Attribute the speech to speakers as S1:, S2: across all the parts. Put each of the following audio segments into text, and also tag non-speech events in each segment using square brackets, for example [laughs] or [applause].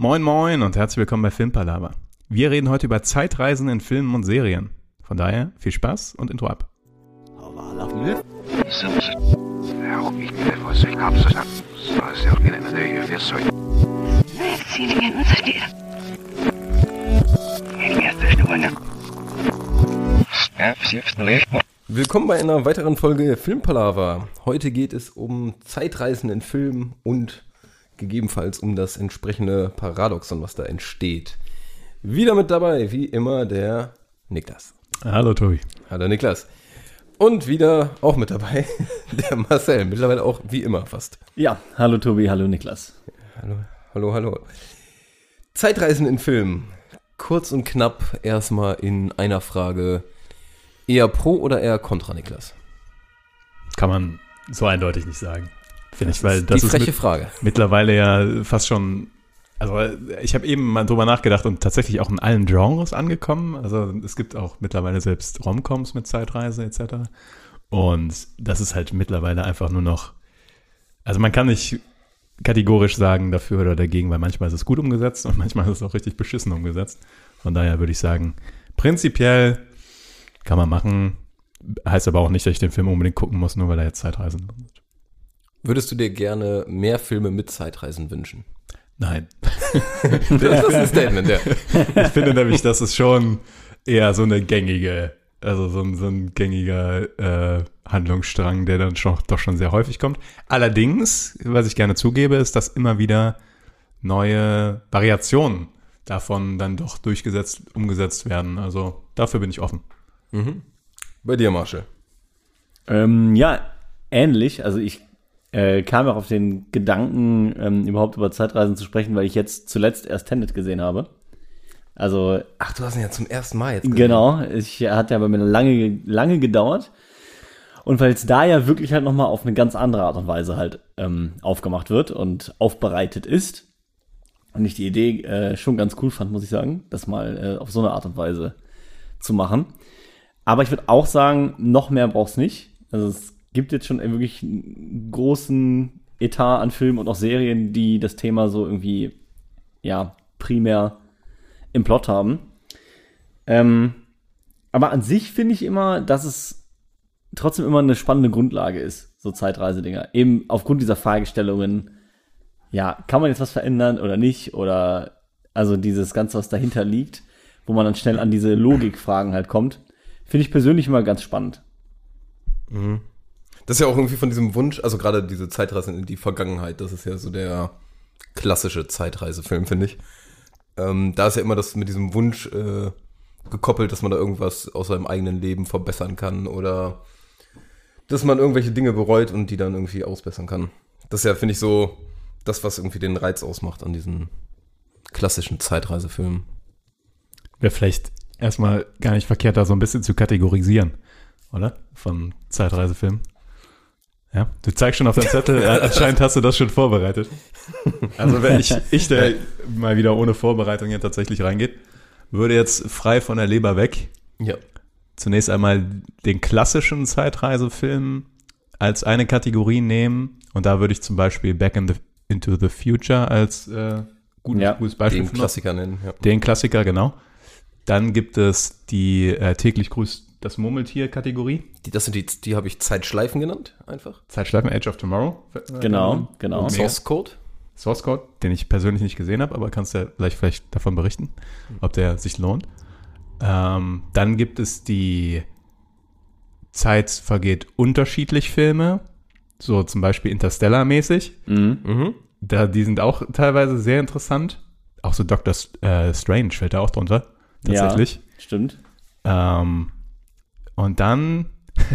S1: Moin Moin und herzlich willkommen bei Filmpalava. Wir reden heute über Zeitreisen in Filmen und Serien. Von daher viel Spaß und Intro ab.
S2: Help me if I say cops or something. So I still get in the day if this way.
S3: Willkommen bei einer weiteren Folge Filmpalava. Heute geht es um Zeitreisen in Filmen und gegebenenfalls um das entsprechende Paradoxon, was da entsteht. Wieder mit dabei, wie immer, der Niklas.
S1: Hallo Tobi.
S3: Hallo Niklas. Und wieder auch mit dabei, [laughs] der Marcel. Mittlerweile auch wie immer fast.
S4: Ja, hallo Tobi, hallo Niklas.
S3: Hallo, hallo, hallo. Zeitreisen in Filmen. Kurz und knapp erstmal in einer Frage. Eher pro oder eher kontra, Niklas?
S1: Kann man so eindeutig nicht sagen. Finde ich, weil
S3: Die
S1: das ist
S3: freche
S1: mit,
S3: Frage.
S1: mittlerweile ja fast schon. Also äh, ich habe eben mal drüber nachgedacht und tatsächlich auch in allen Genres angekommen. Also es gibt auch mittlerweile selbst Romcoms mit Zeitreise etc. Und das ist halt mittlerweile einfach nur noch. Also man kann nicht kategorisch sagen dafür oder dagegen, weil manchmal ist es gut umgesetzt und [laughs] manchmal ist es auch richtig beschissen umgesetzt. Von daher würde ich sagen, prinzipiell kann man machen. Heißt aber auch nicht, dass ich den Film unbedingt gucken muss, nur weil er jetzt Zeitreisen drin sind.
S3: Würdest du dir gerne mehr Filme mit Zeitreisen wünschen? [laughs]
S1: Nein.
S3: Das ist ein Statement, ja.
S1: Ich finde nämlich, das ist schon eher so eine gängige, also so ein, so ein gängiger äh, Handlungsstrang, der dann schon, doch schon sehr häufig kommt. Allerdings, was ich gerne zugebe, ist, dass immer wieder neue Variationen davon dann doch durchgesetzt, umgesetzt werden. Also dafür bin ich offen.
S3: Bei dir, Marshall.
S4: Ähm, ja, ähnlich. Also ich äh, kam auch auf den Gedanken, ähm, überhaupt über Zeitreisen zu sprechen, weil ich jetzt zuletzt erst Tenet gesehen habe. Also
S3: Ach, du hast ihn ja zum ersten Mal jetzt. gesehen.
S4: Genau, ich hat ja bei mir lange, lange gedauert. Und weil es da ja wirklich halt nochmal auf eine ganz andere Art und Weise halt ähm, aufgemacht wird und aufbereitet ist. Und ich die Idee äh, schon ganz cool fand, muss ich sagen, das mal äh, auf so eine Art und Weise zu machen. Aber ich würde auch sagen, noch mehr braucht's nicht. Also es gibt jetzt schon wirklich einen großen Etat an Filmen und auch Serien, die das Thema so irgendwie, ja, primär im Plot haben. Ähm, aber an sich finde ich immer, dass es trotzdem immer eine spannende Grundlage ist, so Zeitreisedinger. Eben aufgrund dieser Fragestellungen, ja, kann man jetzt was verändern oder nicht? Oder also dieses Ganze, was dahinter liegt, wo man dann schnell an diese Logikfragen halt kommt, finde ich persönlich immer ganz spannend.
S3: Das ist ja auch irgendwie von diesem Wunsch, also gerade diese Zeitreisen in die Vergangenheit, das ist ja so der klassische Zeitreisefilm, finde ich. Ähm, da ist ja immer das mit diesem Wunsch äh, gekoppelt, dass man da irgendwas aus seinem eigenen Leben verbessern kann oder dass man irgendwelche Dinge bereut und die dann irgendwie ausbessern kann. Das ist ja, finde ich, so das, was irgendwie den Reiz ausmacht an diesen klassischen Zeitreisefilmen.
S1: Wäre vielleicht erstmal gar nicht verkehrt, da so ein bisschen zu kategorisieren, oder? Von Zeitreisefilmen. Ja, du zeigst schon auf deinem Zettel, [laughs] äh, anscheinend hast du das schon vorbereitet. Also wenn [laughs] ich, ich der mal wieder ohne Vorbereitung hier tatsächlich reingeht, würde jetzt frei von der Leber weg
S3: Ja.
S1: zunächst einmal den klassischen Zeitreisefilm als eine Kategorie nehmen. Und da würde ich zum Beispiel Back in the, into the Future als äh, guten,
S4: Ja,
S1: gutes Beispiel
S3: Den
S1: für nutzen.
S3: Klassiker nennen. Ja.
S1: Den Klassiker, genau. Dann gibt es die äh, täglich grüßt das Murmeltier-Kategorie.
S3: Die, das sind die, die habe ich Zeitschleifen genannt, einfach.
S1: Zeitschleifen Age of Tomorrow.
S4: Genau, genau.
S1: Und Source,
S3: Source Code.
S1: Source Code, den ich persönlich nicht gesehen habe, aber kannst du ja gleich vielleicht davon berichten, ob der sich lohnt. Ähm, dann gibt es die Zeit vergeht unterschiedlich Filme, so zum Beispiel Interstellar-mäßig.
S3: Mhm.
S1: Da, die sind auch teilweise sehr interessant. Auch so Dr. S- äh, Strange fällt da auch drunter, tatsächlich.
S4: Ja, stimmt.
S1: Ähm, und dann,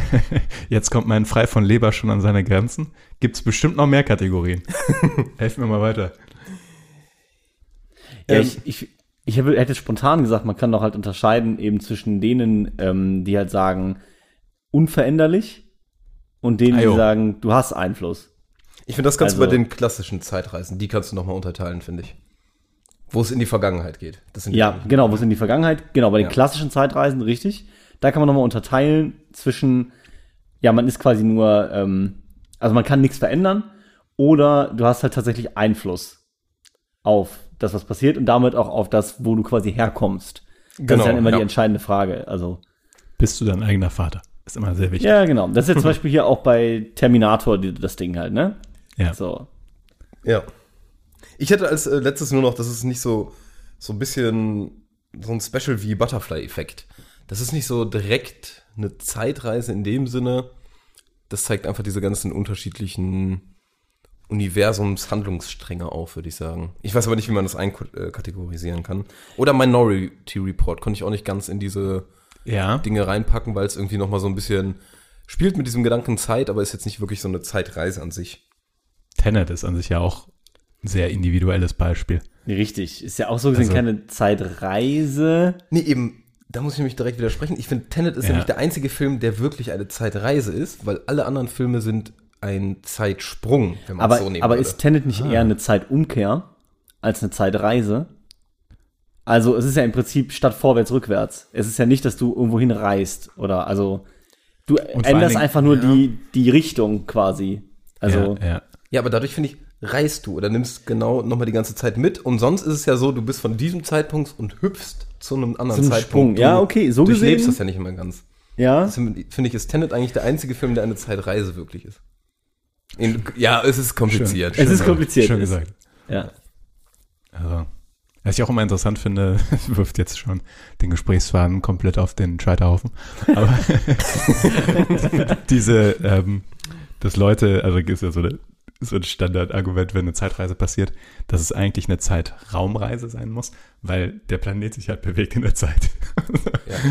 S1: [laughs] jetzt kommt mein Frei von Leber schon an seine Grenzen, gibt es bestimmt noch mehr Kategorien. Helf mir mal weiter.
S4: Ja,
S3: Ähm,
S4: ich, ich, ich hätte hätte spontan gesagt, man kann doch halt unterscheiden eben zwischen denen, ähm, die halt sagen, unveränderlich und denen,
S1: Ah, jo.
S4: die sagen, du hast Einfluss.
S3: Ich finde, das kannst du bei
S4: Also-
S3: den klassischen Zeitreisen, die kannst du nochmal unterteilen, finde ich. Wo es in die Vergangenheit geht. Das sind die
S4: Ja, genau, wo es in die Vergangenheit, genau, bei den
S3: Ja.
S4: klassischen Zeitreisen, richtig. Da kann man nochmal unterteilen zwischen, ja, man ist quasi nur, ähm, also man kann nichts verändern oder du hast halt tatsächlich Einfluss auf das, was passiert und damit auch auf das, wo du quasi herkommst. Das
S3: Genau,
S4: ist dann immer
S3: ja.
S4: die entscheidende Frage. Also,
S1: Bist du dein eigener Vater? Ist immer sehr wichtig.
S4: ja, genau. Das ist jetzt
S1: [laughs]
S4: zum Beispiel hier auch bei Terminator die, das Ding halt, ne?
S1: Ja.
S4: So.
S3: Ja. Ich hätte als äh, letztes nur noch, das ist nicht so, so ein bisschen so ein Special wie Butterfly-Effekt. Das ist nicht so direkt eine Zeitreise in dem Sinne. Das zeigt einfach diese ganzen unterschiedlichen Universumshandlungsstränge auf, würde ich sagen. Ich weiß aber nicht, wie man das einkategorisieren kann. Oder Minority Report konnte ich auch nicht ganz in diese
S1: Ja.
S3: Dinge reinpacken, weil es irgendwie nochmal so ein bisschen spielt mit diesem Gedanken Zeit, aber ist jetzt nicht wirklich so eine Zeitreise an sich.
S1: Tenet ist an sich ja auch ein sehr individuelles Beispiel.
S4: Nee, Richtig. Ist ja auch so gesehen
S1: Also-
S4: keine Zeitreise.
S3: Nee, eben, da muss ich nämlich direkt widersprechen. Ich finde, Tenet ist
S1: Ja.
S3: nämlich der einzige Film, der wirklich eine Zeitreise ist, weil alle anderen Filme sind ein Zeitsprung, wenn man
S4: Aber,
S3: es so nehmen
S4: aber
S3: würde.
S4: ist Tenet nicht
S1: Ah.
S4: eher eine Zeitumkehr als eine Zeitreise? Also es ist ja im Prinzip statt vorwärts rückwärts. Es ist ja nicht, dass du irgendwohin reist oder also du
S1: vor allen
S4: änderst
S1: Dingen-
S4: einfach nur die, die Richtung quasi. Also
S1: ja, ja.
S3: ja, aber dadurch, finde ich, reist du oder nimmst genau nochmal die ganze Zeit mit. Und sonst ist es ja so, du bist von diesem Zeitpunkt und hüpfst zu einem anderen
S4: Zum
S3: Zeitpunkt.
S4: Sprung.
S3: Du
S4: Ja, okay, so
S3: durchlebst
S4: gesehen-
S3: das ja nicht immer ganz.
S4: ja,
S3: Deswegen Finde ich, ist Tenet eigentlich der einzige Film, der eine Zeitreise wirklich ist. In, ja, es ist kompliziert.
S4: Es ist
S1: Ja,
S4: kompliziert.
S1: Schön
S4: Es-
S1: gesagt.
S4: ja. [laughs]
S1: Also, was ich auch immer interessant finde, [laughs] wirft jetzt schon den Gesprächsfaden komplett auf den Scheiterhaufen. Aber [laughs] diese, ähm, dass Leute, also ist ja so, eine, so ein Standardargument, wenn eine Zeitreise passiert, dass es eigentlich eine Zeitraumreise sein muss, weil der Planet sich halt bewegt in der Zeit.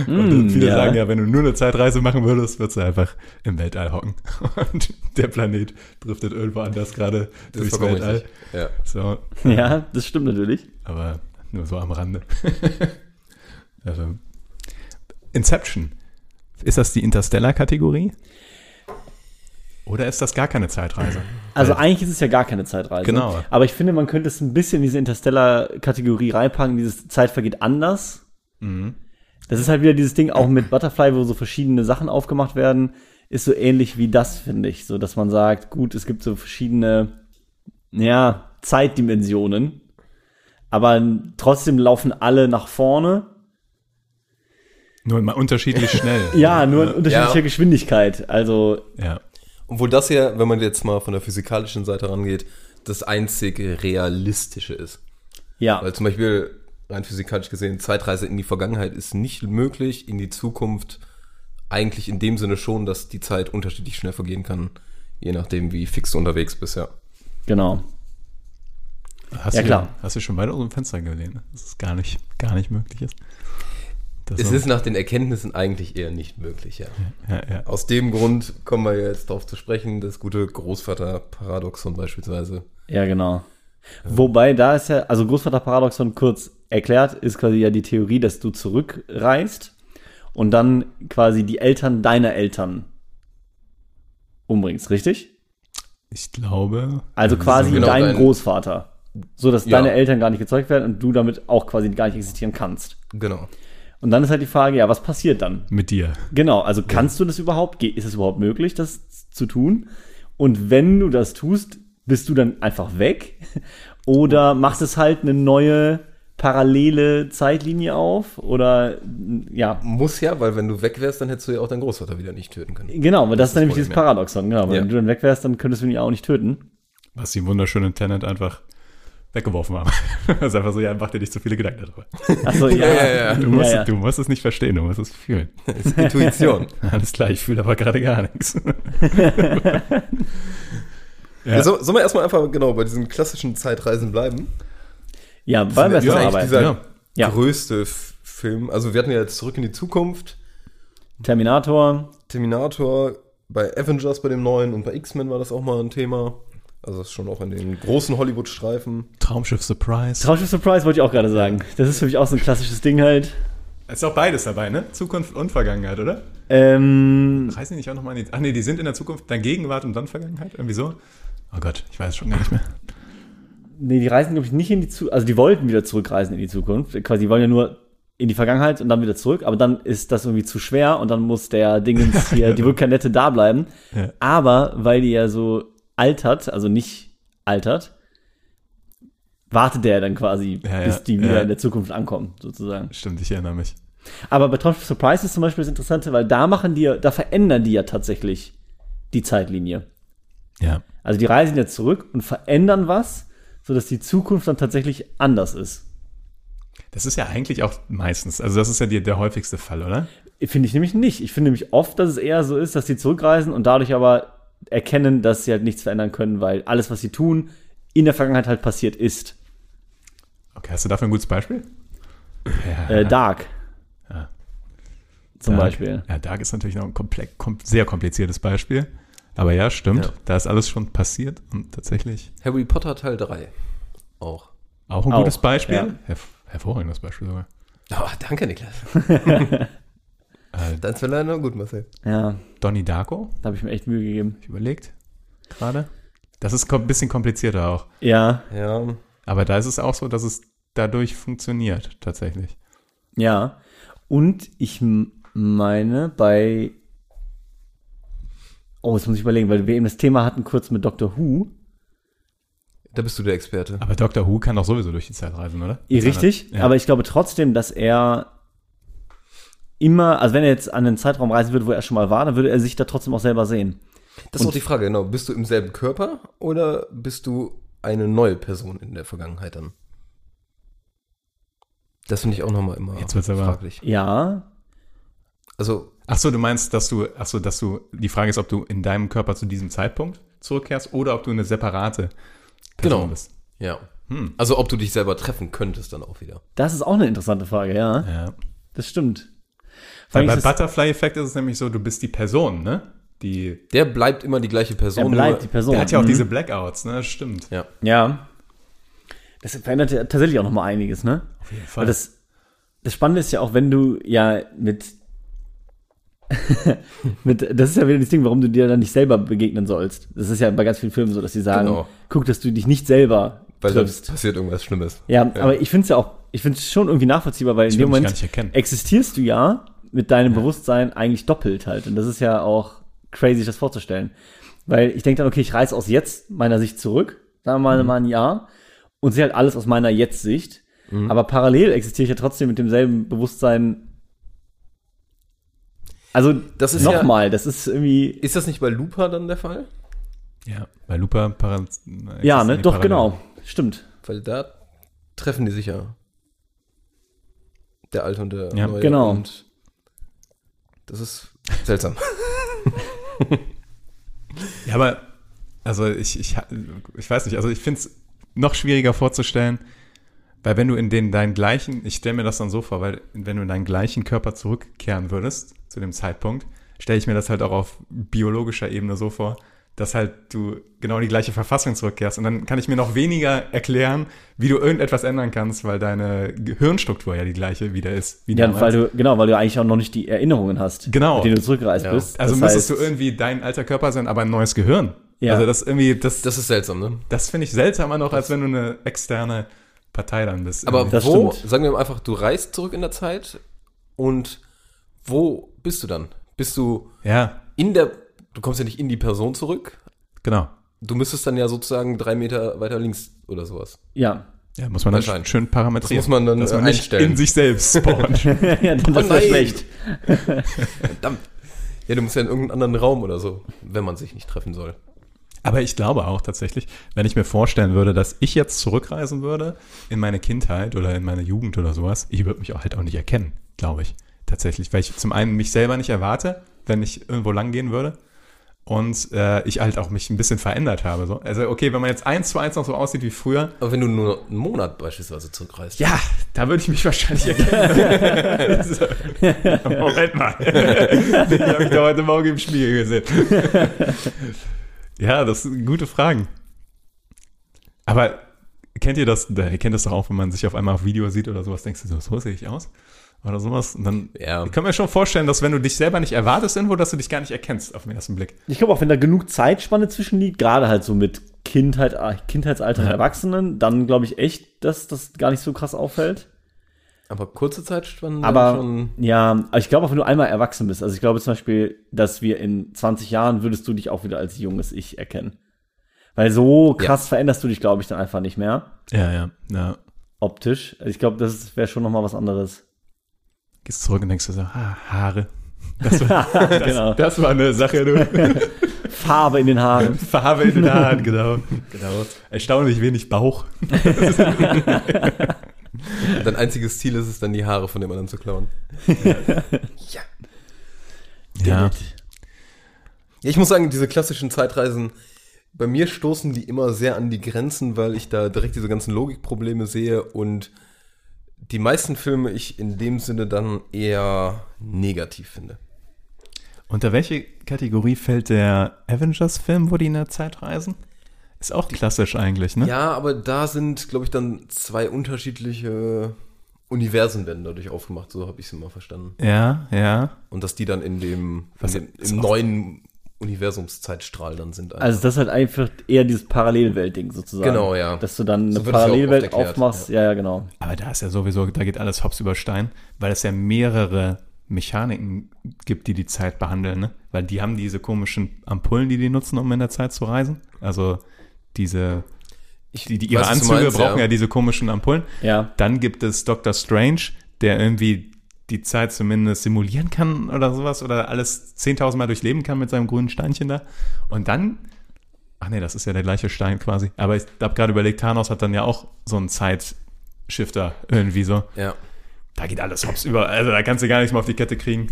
S1: Und
S4: Mm,
S1: viele
S4: ja.
S1: sagen ja, wenn du nur eine Zeitreise machen würdest, würdest du einfach im Weltall hocken. [laughs] Und der Planet driftet irgendwo anders gerade
S3: Das ist
S1: durchs
S3: vollkommen
S1: Weltall.
S3: richtig. Ja.
S1: So,
S4: ja, das stimmt natürlich.
S1: aber nur so am Rande. [laughs] also, Inception. Ist das die Interstellar-Kategorie? Oder ist das gar keine Zeitreise?
S4: Also eigentlich ist es ja gar keine Zeitreise.
S1: Genau.
S4: Aber ich finde, man könnte es ein bisschen in diese Interstellar-Kategorie reinpacken, dieses Zeit vergeht anders. Das ist halt wieder dieses Ding auch mit Butterfly, wo so verschiedene Sachen aufgemacht werden, ist so ähnlich wie das, finde ich. So, dass man sagt, gut, es gibt so verschiedene, ja, Zeitdimensionen. Aber trotzdem laufen alle nach vorne.
S1: Nur mal unterschiedlich schnell.
S4: [laughs] Ja, nur in unterschiedlicher
S3: Ja.
S4: Geschwindigkeit. Also,
S1: ja.
S3: Obwohl das ja, wenn man jetzt mal von der physikalischen Seite rangeht, das einzige realistische ist.
S4: ja.
S3: Weil zum Beispiel rein physikalisch gesehen, Zeitreise in die Vergangenheit ist nicht möglich, in die Zukunft eigentlich in dem Sinne schon, dass die Zeit unterschiedlich schnell vergehen kann, je nachdem, wie fix du unterwegs bist, ja.
S4: Genau.
S1: Hast
S4: Ja,
S1: du,
S4: klar.
S1: Hast du schon weit aus dem Fenster gelehnt, ne? dass es gar nicht, gar nicht möglich ist? Das
S3: Es
S1: war-
S3: ist nach den Erkenntnissen eigentlich eher nicht möglich, ja.
S1: ja, ja.
S3: Aus dem Grund kommen wir jetzt darauf zu sprechen, das gute Großvater-Paradoxon beispielsweise.
S4: Ja, genau. Wobei, da ist ja, also Großvaterparadoxon kurz erklärt, ist quasi ja die Theorie, dass du zurückreist und dann quasi die Eltern deiner Eltern umbringst, richtig?
S1: Ich glaube,
S4: Also quasi
S3: Genau,
S4: dein
S3: dein-
S4: Großvater. So dass
S3: Ja.
S4: deine Eltern gar nicht gezeugt werden und du damit auch quasi gar nicht existieren kannst.
S3: Genau.
S4: Und dann ist halt die Frage, ja, was passiert dann?
S1: mit dir.
S4: Genau, also kannst du das überhaupt? Ge- Ist es überhaupt möglich, das zu tun? Und wenn du das tust, bist du dann einfach weg? [laughs] Oder macht es halt eine neue parallele Zeitlinie auf? Oder m, ja,
S3: Muss ja, weil wenn du weg wärst, dann hättest du ja auch deinen Großvater wieder nicht töten können.
S4: genau, aber das, ist dann nämlich
S3: Problem,
S4: dieses
S3: ja.
S4: Paradoxon. Genau, wenn
S3: Ja.
S4: du dann weg wärst, dann könntest du ihn ja auch nicht töten.
S1: Was die wunderschöne Tenet einfach weggeworfen haben. [laughs] das ist einfach so, ja, mach dir nicht so viele Gedanken darüber.
S4: Achso, ja, ja, ja.
S1: Du musst,
S4: ja.
S1: du musst es nicht verstehen, du musst es fühlen.
S3: Das ist Intuition.
S1: [laughs] Alles klar, ich fühle aber gerade gar nichts. Ja.
S3: Ja. So, sollen wir erstmal einfach genau bei diesen klassischen Zeitreisen bleiben?
S4: ja weil wir
S3: Das ist
S4: ja,
S3: eigentlich
S4: arbeiten.
S3: dieser
S1: Ja.
S4: Ja.
S3: größte F Film. Also wir hatten ja jetzt zurück in die Zukunft,
S4: Terminator,
S3: Terminator, bei Avengers bei dem neuen und bei X-Men war das auch mal ein Thema. Also das ist schon auch in den großen Hollywood-Streifen.
S1: Traumschiff Surprise.
S4: Traumschiff Surprise wollte ich auch gerade sagen. Das ist für mich auch so ein klassisches Ding halt.
S1: ist auch beides dabei, ne? Zukunft und Vergangenheit, oder?
S4: Ähm,
S1: Reißen die nicht auch nochmal in die. Ach nee, die sind in der Zukunft, dann Gegenwart und dann Vergangenheit? Irgendwie so? Oh Gott, ich weiß schon gar nicht mehr.
S4: Nee, die reisen, glaube ich, nicht in die Zukunft. Also die wollten wieder zurückreisen in die Zukunft. Quasi, die wollen ja nur in die Vergangenheit und dann wieder zurück. Aber dann ist das irgendwie zu schwer und dann muss
S1: [laughs]
S4: der Dingens hier, die Vulkanette da bleiben.
S1: Ja.
S4: Aber weil die ja so altert, also nicht altert, wartet der dann quasi,
S1: Ja, ja,
S4: bis die wieder
S1: ja.
S4: in der Zukunft ankommen,
S1: [laughs]
S4: sozusagen.
S1: Stimmt, ich erinnere mich.
S4: Aber bei Total Surprise ist zum Beispiel das Interessante, weil da machen die, ja- da verändern die ja tatsächlich die Zeitlinie.
S1: Ja.
S4: Also die reisen ja zurück und verändern was, sodass die Zukunft dann tatsächlich anders ist.
S1: Das ist ja eigentlich auch meistens, also das ist ja die, der häufigste Fall, oder?
S4: Finde ich nämlich nicht. Ich finde nämlich oft, dass es eher so ist, dass die zurückreisen und dadurch aber erkennen, dass sie halt nichts verändern können, weil alles, was sie tun, in der Vergangenheit halt passiert ist.
S1: Okay, hast du dafür ein gutes Beispiel? Ja,
S4: Äh, Dark.
S1: Ja.
S4: Zum
S1: Dark.
S4: Beispiel.
S1: Ja, Dark ist natürlich noch ein komple- kom sehr kompliziertes Beispiel. Aber ja, stimmt,
S3: Ja.
S1: da ist alles schon passiert und tatsächlich
S3: Harry Potter Teil 3. Auch.
S1: auch ein
S4: Auch,
S1: gutes Beispiel.
S4: ja.
S1: Herv- hervorragendes Beispiel sogar.
S3: Oh, danke, [laughs] Niklas.
S1: Äh,
S3: Dein Zweller, na gut, Marcel.
S4: Ja,
S1: Donnie Darko,
S4: da habe ich mir echt Mühe gegeben.
S1: hab ich überlegt, gerade. Das ist kom- ein bisschen komplizierter auch.
S4: Ja,
S3: Ja.
S1: Aber da ist es auch so, dass es dadurch funktioniert, tatsächlich.
S4: ja. Und ich m- meine, bei. Oh, jetzt muss ich überlegen, weil wir eben das Thema hatten kurz mit Doctor Who.
S3: Da bist du der Experte.
S1: Aber Dr. Who kann doch sowieso durch die Zeit reisen, oder?
S4: Ja,
S1: Mit seiner-
S4: Richtig,
S1: Ja.
S4: aber ich glaube trotzdem, dass er immer, also wenn er jetzt an den Zeitraum reisen würde, wo er schon mal war, dann würde er sich da trotzdem auch selber sehen.
S3: Das ist auch die Frage, genau. Bist du im selben Körper oder bist du eine neue Person in der Vergangenheit dann? Das finde ich auch nochmal immer
S1: Jetzt wird's aber-
S3: fraglich.
S4: Ja,
S3: Also,
S1: Ach so, du meinst, dass du, ach so, dass du, die Frage ist, ob du in deinem Körper zu diesem Zeitpunkt zurückkehrst oder ob du eine separate Person
S3: Genau.
S1: bist.
S3: ja.
S1: Hm.
S3: Also, ob du dich selber treffen könntest dann auch wieder.
S4: das ist auch eine interessante Frage, ja.
S1: Ja.
S4: Das stimmt. Vor
S1: Weil
S4: allem
S1: bei
S4: ist es-
S1: Butterfly-Effekt ist es nämlich so, du bist die Person, ne? Die,
S3: Der bleibt immer die gleiche Person.
S4: er bleibt
S3: nur-
S4: die Person.
S1: der hat ja auch
S4: Mhm.
S1: diese Blackouts, ne? Stimmt.
S3: Ja.
S4: Ja. Das verändert ja tatsächlich auch nochmal einiges, ne?
S1: Auf jeden Fall.
S4: Weil das, das Spannende ist ja auch, wenn du ja mit, [laughs] mit, das ist ja wieder das Ding, warum du dir dann nicht selber begegnen sollst. Das ist ja bei ganz vielen Filmen so, dass sie sagen,
S3: Genau.
S4: guck, dass du dich nicht selber
S3: Weil
S4: triffst.
S3: sonst passiert irgendwas Schlimmes.
S4: Ja, aber ich finde es ja auch, ich finde es schon irgendwie nachvollziehbar, weil in
S1: will
S4: dem
S1: mich
S4: Moment
S1: gar nicht erkennen.
S4: existierst du ja mit deinem Bewusstsein eigentlich doppelt halt. Und das ist ja auch crazy, sich das vorzustellen. Weil ich denke dann, okay, ich reise aus jetzt meiner Sicht zurück, sagen wir mal, mal ein Jahr, und sehe halt alles aus meiner Jetzt-Sicht. Aber parallel existiere ich ja trotzdem mit demselben Bewusstsein. Also,
S3: Das ist ja-
S4: nochmal, das ist irgendwie,
S3: Ist das nicht bei Looper dann der Fall?
S1: Ja, bei Looper. Para-
S4: ja,
S1: existieren
S4: ne,
S1: die
S4: doch,
S1: parallel.
S4: genau, stimmt.
S3: Weil da treffen die sich ja. Der Alte und der
S1: Ja.
S3: Neue.
S4: Genau.
S3: Und das ist seltsam. [laughs]
S1: Ja, aber, also ich, ich, ich weiß nicht, also ich finde es noch schwieriger vorzustellen, weil wenn du in den deinen gleichen, ich stelle mir das dann so vor, weil wenn du in deinen gleichen Körper zurückkehren würdest zu dem Zeitpunkt, stelle ich mir das halt auch auf biologischer Ebene so vor, dass halt du genau in die gleiche Verfassung zurückkehrst. Und dann kann ich mir noch weniger erklären, wie du irgendetwas ändern kannst, weil deine Gehirnstruktur ja die gleiche wieder ist. Wie
S4: Ja,
S1: damals.
S4: weil du, genau, weil du eigentlich auch noch nicht die Erinnerungen hast,
S1: Genau.
S4: mit denen du zurückgereist
S3: Ja.
S4: bist.
S1: also
S4: Das
S1: müsstest
S4: heißt-
S1: du irgendwie dein alter Körper sein, aber ein neues Gehirn.
S4: Ja.
S1: Also das irgendwie, das,
S3: Das ist seltsam, ne?
S1: Das finde ich seltsamer noch, als wenn du eine externe Partei dann bist.
S3: Aber
S4: Das
S3: wo,
S4: stimmt.
S3: sagen wir mal einfach, du reist zurück in der Zeit und wo bist du dann? Bist du
S1: ja,
S3: in der, du kommst ja nicht in die Person zurück,
S1: genau.
S3: du müsstest dann ja sozusagen drei Meter weiter links oder sowas.
S4: ja, [laughs]
S1: Ja, muss man dann
S3: Wahrscheinlich.
S1: schön parametrieren.
S3: Das muss man dann,
S1: dass man
S3: äh,
S1: nicht
S3: einstellen.
S1: in sich
S3: [laughs]
S1: selbst spawnt.
S4: ja, dann das
S3: Oh
S4: war
S3: nein.
S4: schlecht.
S3: Verdammt. Ja, du musst ja in irgendeinen anderen Raum oder so, wenn man sich nicht treffen soll.
S1: Aber ich glaube auch tatsächlich, wenn ich mir vorstellen würde, dass ich jetzt zurückreisen würde in meine Kindheit oder in meine Jugend oder sowas, ich würde mich auch halt auch nicht erkennen, glaube ich. Tatsächlich, weil ich zum einen mich selber nicht erwarte, wenn ich irgendwo lang gehen würde. Und äh, ich halt auch mich ein bisschen verändert habe. So. Also, okay, wenn man jetzt eins zu eins noch so aussieht wie früher,
S3: Aber wenn du nur einen Monat beispielsweise zurückreist,
S1: Ja, da würde ich mich wahrscheinlich erkennen. So. [laughs] Moment mal. [laughs] Den habe ich da heute Morgen im Spiegel gesehen. ja, das sind gute Fragen. Aber kennt ihr das? Ihr kennt das doch auch, wenn man sich auf einmal auf Video sieht oder sowas, denkst du so, so sehe ich aus? Oder sowas. Und dann
S3: Ja.
S1: ich kann mir schon vorstellen, dass wenn du dich selber nicht erwartest irgendwo, dass du dich gar nicht erkennst auf den ersten Blick.
S4: Ich glaube auch, wenn da genug Zeitspanne zwischen gerade halt so mit Kindheit, äh, Kindheitsalter und Erwachsenen, dann glaube ich echt, dass das gar nicht so krass auffällt.
S3: aber kurze Zeitspannen
S4: Aber
S3: schon.
S4: ja, aber ich glaube auch, wenn du einmal erwachsen bist, also ich glaube zum Beispiel, dass wir in 20 Jahren würdest du dich auch wieder als junges Ich erkennen. Weil so krass veränderst du dich, glaube ich, dann einfach nicht mehr
S1: Ja, ja, ja.
S4: optisch. Also ich glaube, das wäre schon noch mal was
S3: [laughs]
S4: anderes. [laughs]
S1: Gehst zurück und denkst dir so, ha, Haare. Das war, das,
S4: Genau.
S1: das war eine Sache, du.
S4: Farbe in den Haaren.
S1: Farbe [laughs] in den Haaren, genau. genau. Erstaunlich wenig Bauch.
S3: Dein einziges Ziel ist es dann, die Haare von dem anderen zu klauen.
S1: Ja.
S3: Ja, ich muss sagen, diese klassischen Zeitreisen, bei mir stoßen die immer sehr an die Grenzen, weil ich da direkt diese ganzen Logikprobleme sehe und die meisten Filme ich in dem Sinne dann eher negativ finde.
S1: Unter welche Kategorie fällt der Avengers-Film, wo die in der Zeit reisen? Ist auch klassisch eigentlich, ne?
S3: Ja, aber da sind, glaube ich, dann zwei unterschiedliche Universen werden dadurch aufgemacht, so habe ich es immer verstanden.
S1: Ja, ja.
S3: Und dass die dann in dem,
S1: Was
S3: in dem
S1: ist
S3: im
S1: auch-
S3: neuen Universumszeitstrahl dann sind.
S4: Also das ist halt einfach eher dieses Parallelwelt-Ding sozusagen.
S3: Genau, ja.
S4: Dass du dann eine
S3: So wird das ja auch
S4: Parallelwelt
S3: oft erklärt,
S4: aufmachst. Ja. ja, genau.
S1: Aber da ist ja sowieso, da geht alles hops über Stein, weil es ja mehrere Mechaniken gibt, die die Zeit behandeln, ne? Weil die haben diese komischen Ampullen, die die nutzen, um in der Zeit zu reisen. Also diese, die, die ihre
S3: weiß, was du
S1: Anzüge
S3: meinst,
S1: brauchen ja.
S3: ja.
S1: diese komischen Ampullen.
S4: Ja.
S1: Dann gibt es Doctor Strange, der irgendwie die Zeit zumindest simulieren kann oder sowas oder alles 10.000 Mal durchleben kann mit seinem grünen Steinchen da. Und dann, ach nee, das ist ja der gleiche Stein quasi. Aber ich habe gerade überlegt, Thanos hat dann ja auch so einen Zeitshifter irgendwie so.
S3: ja.
S1: Da geht alles hops über. Also da kannst du gar nichts mehr auf die Kette kriegen.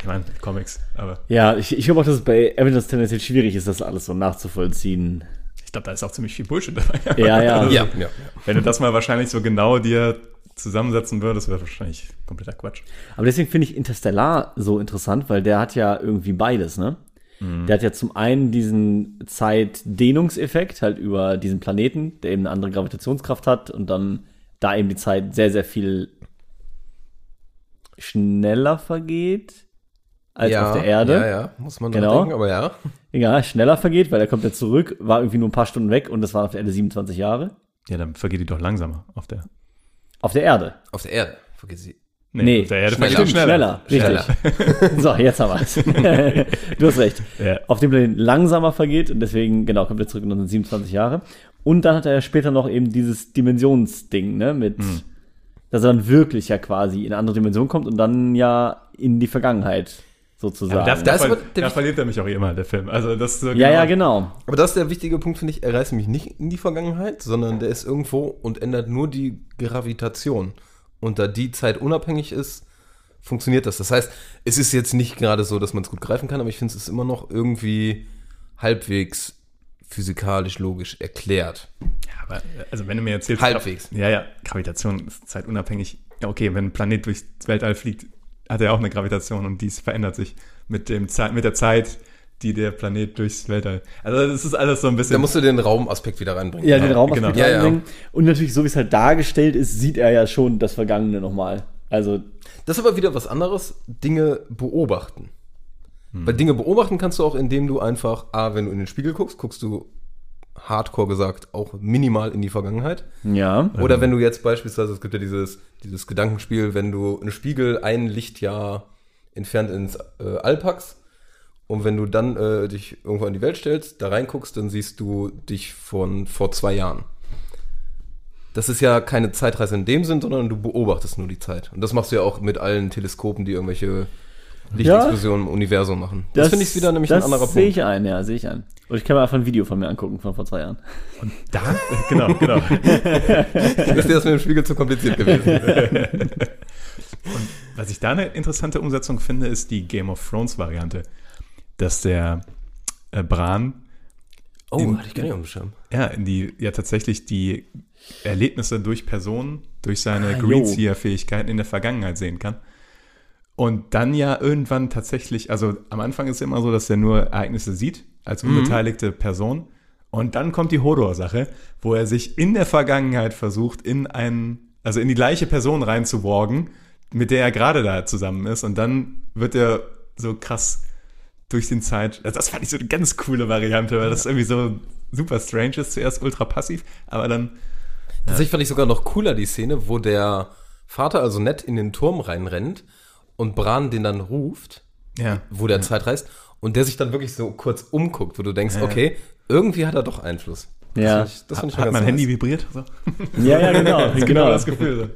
S1: Ich meine, Comics, aber
S4: Ja, ich, ich glaube auch, dass es bei Avengers tendenziell schwierig ist, das alles so nachzuvollziehen.
S1: ich glaube, da ist auch ziemlich viel Bullshit dabei. Also,
S4: Ja,
S1: [laughs]
S4: ja.
S3: Ja, ja.
S1: Wenn du das mal wahrscheinlich so genau dir zusammensetzen würdest, wäre wahrscheinlich kompletter Quatsch.
S4: Aber deswegen finde ich Interstellar so interessant, weil der hat ja irgendwie beides, ne?
S3: Mhm.
S4: Der hat ja zum einen diesen Zeitdehnungseffekt, halt über diesen Planeten, der eben eine andere Gravitationskraft hat und dann da eben die Zeit sehr, sehr viel schneller vergeht als
S3: ja,
S4: Also auf der Erde.
S3: Ja, ja, muss man
S4: Genau.
S3: genau. denken, aber ja.
S4: Ja, schneller vergeht, weil er kommt ja zurück, war irgendwie nur ein paar Stunden weg und das waren auf der Erde 27 Jahre.
S1: Ja, dann vergeht die doch langsamer auf der.
S4: Auf der Erde.
S3: Auf der Erde, vergiss sie.
S4: Nee,
S1: auf der Erde
S3: schneller.
S1: vergeht die schneller.
S4: schneller. Richtig. so, jetzt haben
S3: [laughs]
S4: wir's. du hast recht.
S1: Ja.
S4: Auf dem Planeten langsamer vergeht und deswegen, genau, kommt er zurück in unseren 27 Jahre. Und dann hat er ja später noch eben dieses Dimensionsding, ne, mit,
S3: Hm.
S4: dass er dann wirklich ja quasi in eine andere Dimension kommt und dann ja in die Vergangenheit sozusagen.
S1: Da, da,
S4: Ja,
S3: Das
S1: ver
S3: wird der
S1: da
S3: Wich-
S1: verliert er mich auch immer, der Film. Also das ist so
S4: ja, genau.
S3: Aber das ist der wichtige Punkt, finde ich. Er reißt mich nicht in die Vergangenheit, sondern der ist irgendwo und ändert nur die Gravitation. Und da die Zeit unabhängig ist, funktioniert das. Das heißt, es ist jetzt nicht gerade so, dass man es gut greifen kann, aber ich finde es ist immer noch irgendwie halbwegs physikalisch logisch erklärt.
S1: Ja, aber, also wenn du mir erzählst.
S3: Halbwegs.
S1: Ja, ja, Gravitation ist zeitunabhängig. Ja, okay, wenn ein Planet durchs Weltall fliegt, hat er auch eine Gravitation und dies verändert sich mit, dem Zeit, mit der Zeit, die der Planet durchs Weltall. Also das ist alles so ein
S3: Da
S1: bisschen.
S3: musst du den Raumaspekt wieder reinbringen.
S4: Ja, den Raum
S1: genau.
S4: genau.
S3: Ja, ja.
S4: reinbringen. Und natürlich, so wie es halt dargestellt ist, sieht er ja schon das Vergangene nochmal. Also,
S3: Das ist aber wieder was anderes, Dinge beobachten. Weil Dinge beobachten kannst du auch, indem du einfach, A, wenn du in den Spiegel guckst, guckst du, hardcore gesagt, auch minimal in die Vergangenheit.
S4: ja.
S3: Oder wenn du jetzt beispielsweise, es gibt ja dieses, dieses Gedankenspiel, wenn du einen Spiegel ein Lichtjahr entfernt ins äh, All packst und wenn du dann äh, dich irgendwo an die Welt stellst, da reinguckst, dann siehst du dich von vor zwei Jahren. Das ist ja keine Zeitreise in dem Sinn, sondern du beobachtest nur die Zeit. Und das machst du ja auch mit allen Teleskopen, die irgendwelche Lichtexplosionen im Universum machen. Das, finde ich wieder nämlich ein anderer
S4: Das sehe
S3: Punkt.
S4: ich ein, ja, sehe ich ein. Und ich kann mir einfach ein Video von mir angucken von vor zwei Jahren.
S1: Und da? genau, genau. [laughs]
S3: Ist dir das mit dem Spiegel zu kompliziert gewesen?
S1: Was ich da eine interessante Umsetzung finde, ist die Game of Thrones Variante. Dass der äh, Bran
S3: [laughs] oh, hatte ich gar nicht auf dem Schirm.
S1: ja, in die, ja tatsächlich die Erlebnisse durch Personen, durch seine
S4: Ah, jo.
S1: Greedseer-Fähigkeiten in der Vergangenheit sehen kann. Und dann ja irgendwann tatsächlich, also am Anfang ist es immer so, dass er nur Ereignisse sieht, als
S4: Mhm.
S1: unbeteiligte Person. Und dann kommt die Hodor-Sache, wo er sich in der Vergangenheit versucht, in einen, also in die gleiche Person reinzuborgen, mit der er gerade da zusammen ist. Und dann wird er so krass durch den Zeit. Also das fand ich so eine ganz coole Variante, weil das irgendwie so super strange ist. Zuerst ultra passiv, aber dann.
S3: Tatsächlich fand ich sogar noch cooler die Szene, wo der Vater also nett in den Turm reinrennt und Bran den dann ruft,
S1: Ja.
S3: wo der Zeit reist und der sich dann wirklich so kurz umguckt, wo du denkst, okay, Irgendwie hat er doch Einfluss.
S4: Ja,
S3: Das, das fand ich
S1: Hat
S3: mal
S1: mein
S3: ganz
S1: Handy
S3: nice.
S1: vibriert? So.
S4: ja,
S1: [laughs]
S4: ja genau. genau.
S1: Gefühl.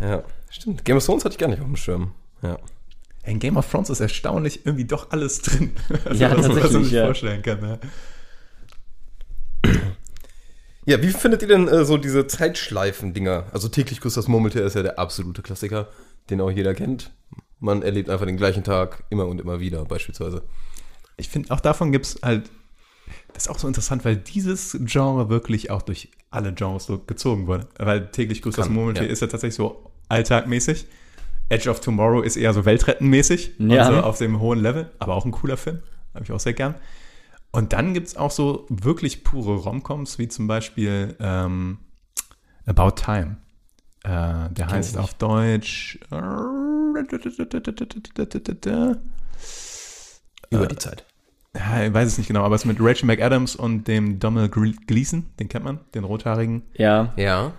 S3: Ja, stimmt. Game of Thrones hatte ich gar nicht auf dem Schirm. Ja.
S1: In Game of Thrones ist erstaunlich irgendwie doch alles drin. [laughs] Also,
S4: Ja,
S1: was man
S4: tatsächlich,
S1: sich
S4: ja.
S1: vorstellen kann. Ja.
S3: Ja, wie findet ihr denn äh, so diese Zeitschleifen-Dinger? Also täglich grüßt das Murmeltier ist ja der absolute Klassiker, den auch jeder kennt. Man erlebt einfach den gleichen Tag immer und immer wieder, beispielsweise.
S1: Ich finde, auch davon gibt es halt, das ist auch so interessant, weil dieses Genre wirklich auch durch alle Genres so gezogen wurde. Weil täglich grüßt das
S3: Kann,
S1: Murmeltier
S3: ja.
S1: ist ja tatsächlich so alltagmäßig. Edge of Tomorrow ist eher so weltrettenmäßig,
S4: Ja.
S1: also auf dem hohen Level, aber auch ein cooler Film, habe ich auch sehr gern. Und dann gibt es auch so wirklich pure Romcoms, wie zum Beispiel ähm, About Time. Äh, der heißt
S3: ich
S1: auf Deutsch äh,
S3: Über die Zeit.
S1: ja, ich weiß es nicht genau, aber es ist mit Rachel McAdams und dem Donald Gre- Gleason, den kennt man, den rothaarigen.
S4: Ja,
S3: Ja.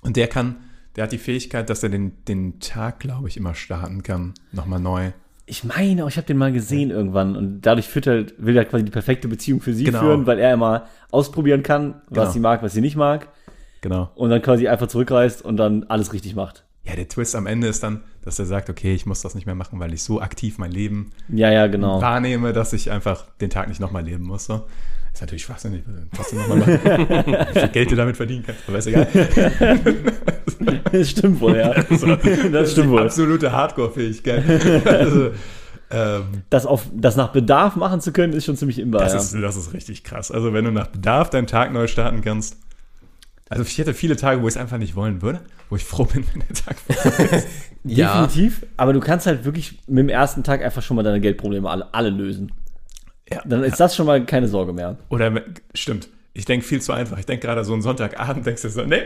S1: Und der kann, der hat die Fähigkeit, dass er den, den Tag, glaube ich, immer starten kann. Nochmal neu.
S4: ich meine, auch, ich habe den mal gesehen irgendwann und dadurch führt halt, will er quasi die perfekte Beziehung für sie
S1: Genau.
S4: führen, weil er immer ausprobieren kann, was
S1: Genau.
S4: sie mag, was sie nicht mag
S1: Genau.
S4: und dann quasi einfach zurückreist und dann alles richtig macht.
S1: Ja, der Twist am Ende ist dann, dass er sagt, okay, ich muss das nicht mehr machen, weil ich so aktiv mein Leben
S4: Ja, ja, genau.
S1: wahrnehme, dass ich einfach den Tag nicht nochmal leben muss. So. Ist natürlich schwachsinnig, weil du trotzdem nochmal machen. Wie viel Geld du damit verdienen kannst, aber ist egal.
S4: [laughs] Das stimmt wohl, ja. Das stimmt wohl.
S1: Absolute Hardcore-Fähigkeit. also, ähm,
S4: Das, auf, das nach Bedarf machen zu können, ist schon ziemlich imbar.
S1: Das,
S4: Ja.
S1: ist, das ist richtig krass. Also, wenn du nach Bedarf deinen Tag neu starten kannst. Also, ich hätte viele Tage, wo ich es einfach nicht wollen würde, wo ich froh [laughs] bin, wenn der Tag vorbei ist.
S3: Ja.
S4: Definitiv, aber du kannst halt wirklich mit dem ersten Tag einfach schon mal deine Geldprobleme alle, alle lösen.
S1: Ja.
S4: Dann ist das schon mal keine Sorge mehr.
S1: Oder, wenn- stimmt, ich denke viel zu einfach. Ich denke gerade so einen Sonntagabend, denkst du so, nee,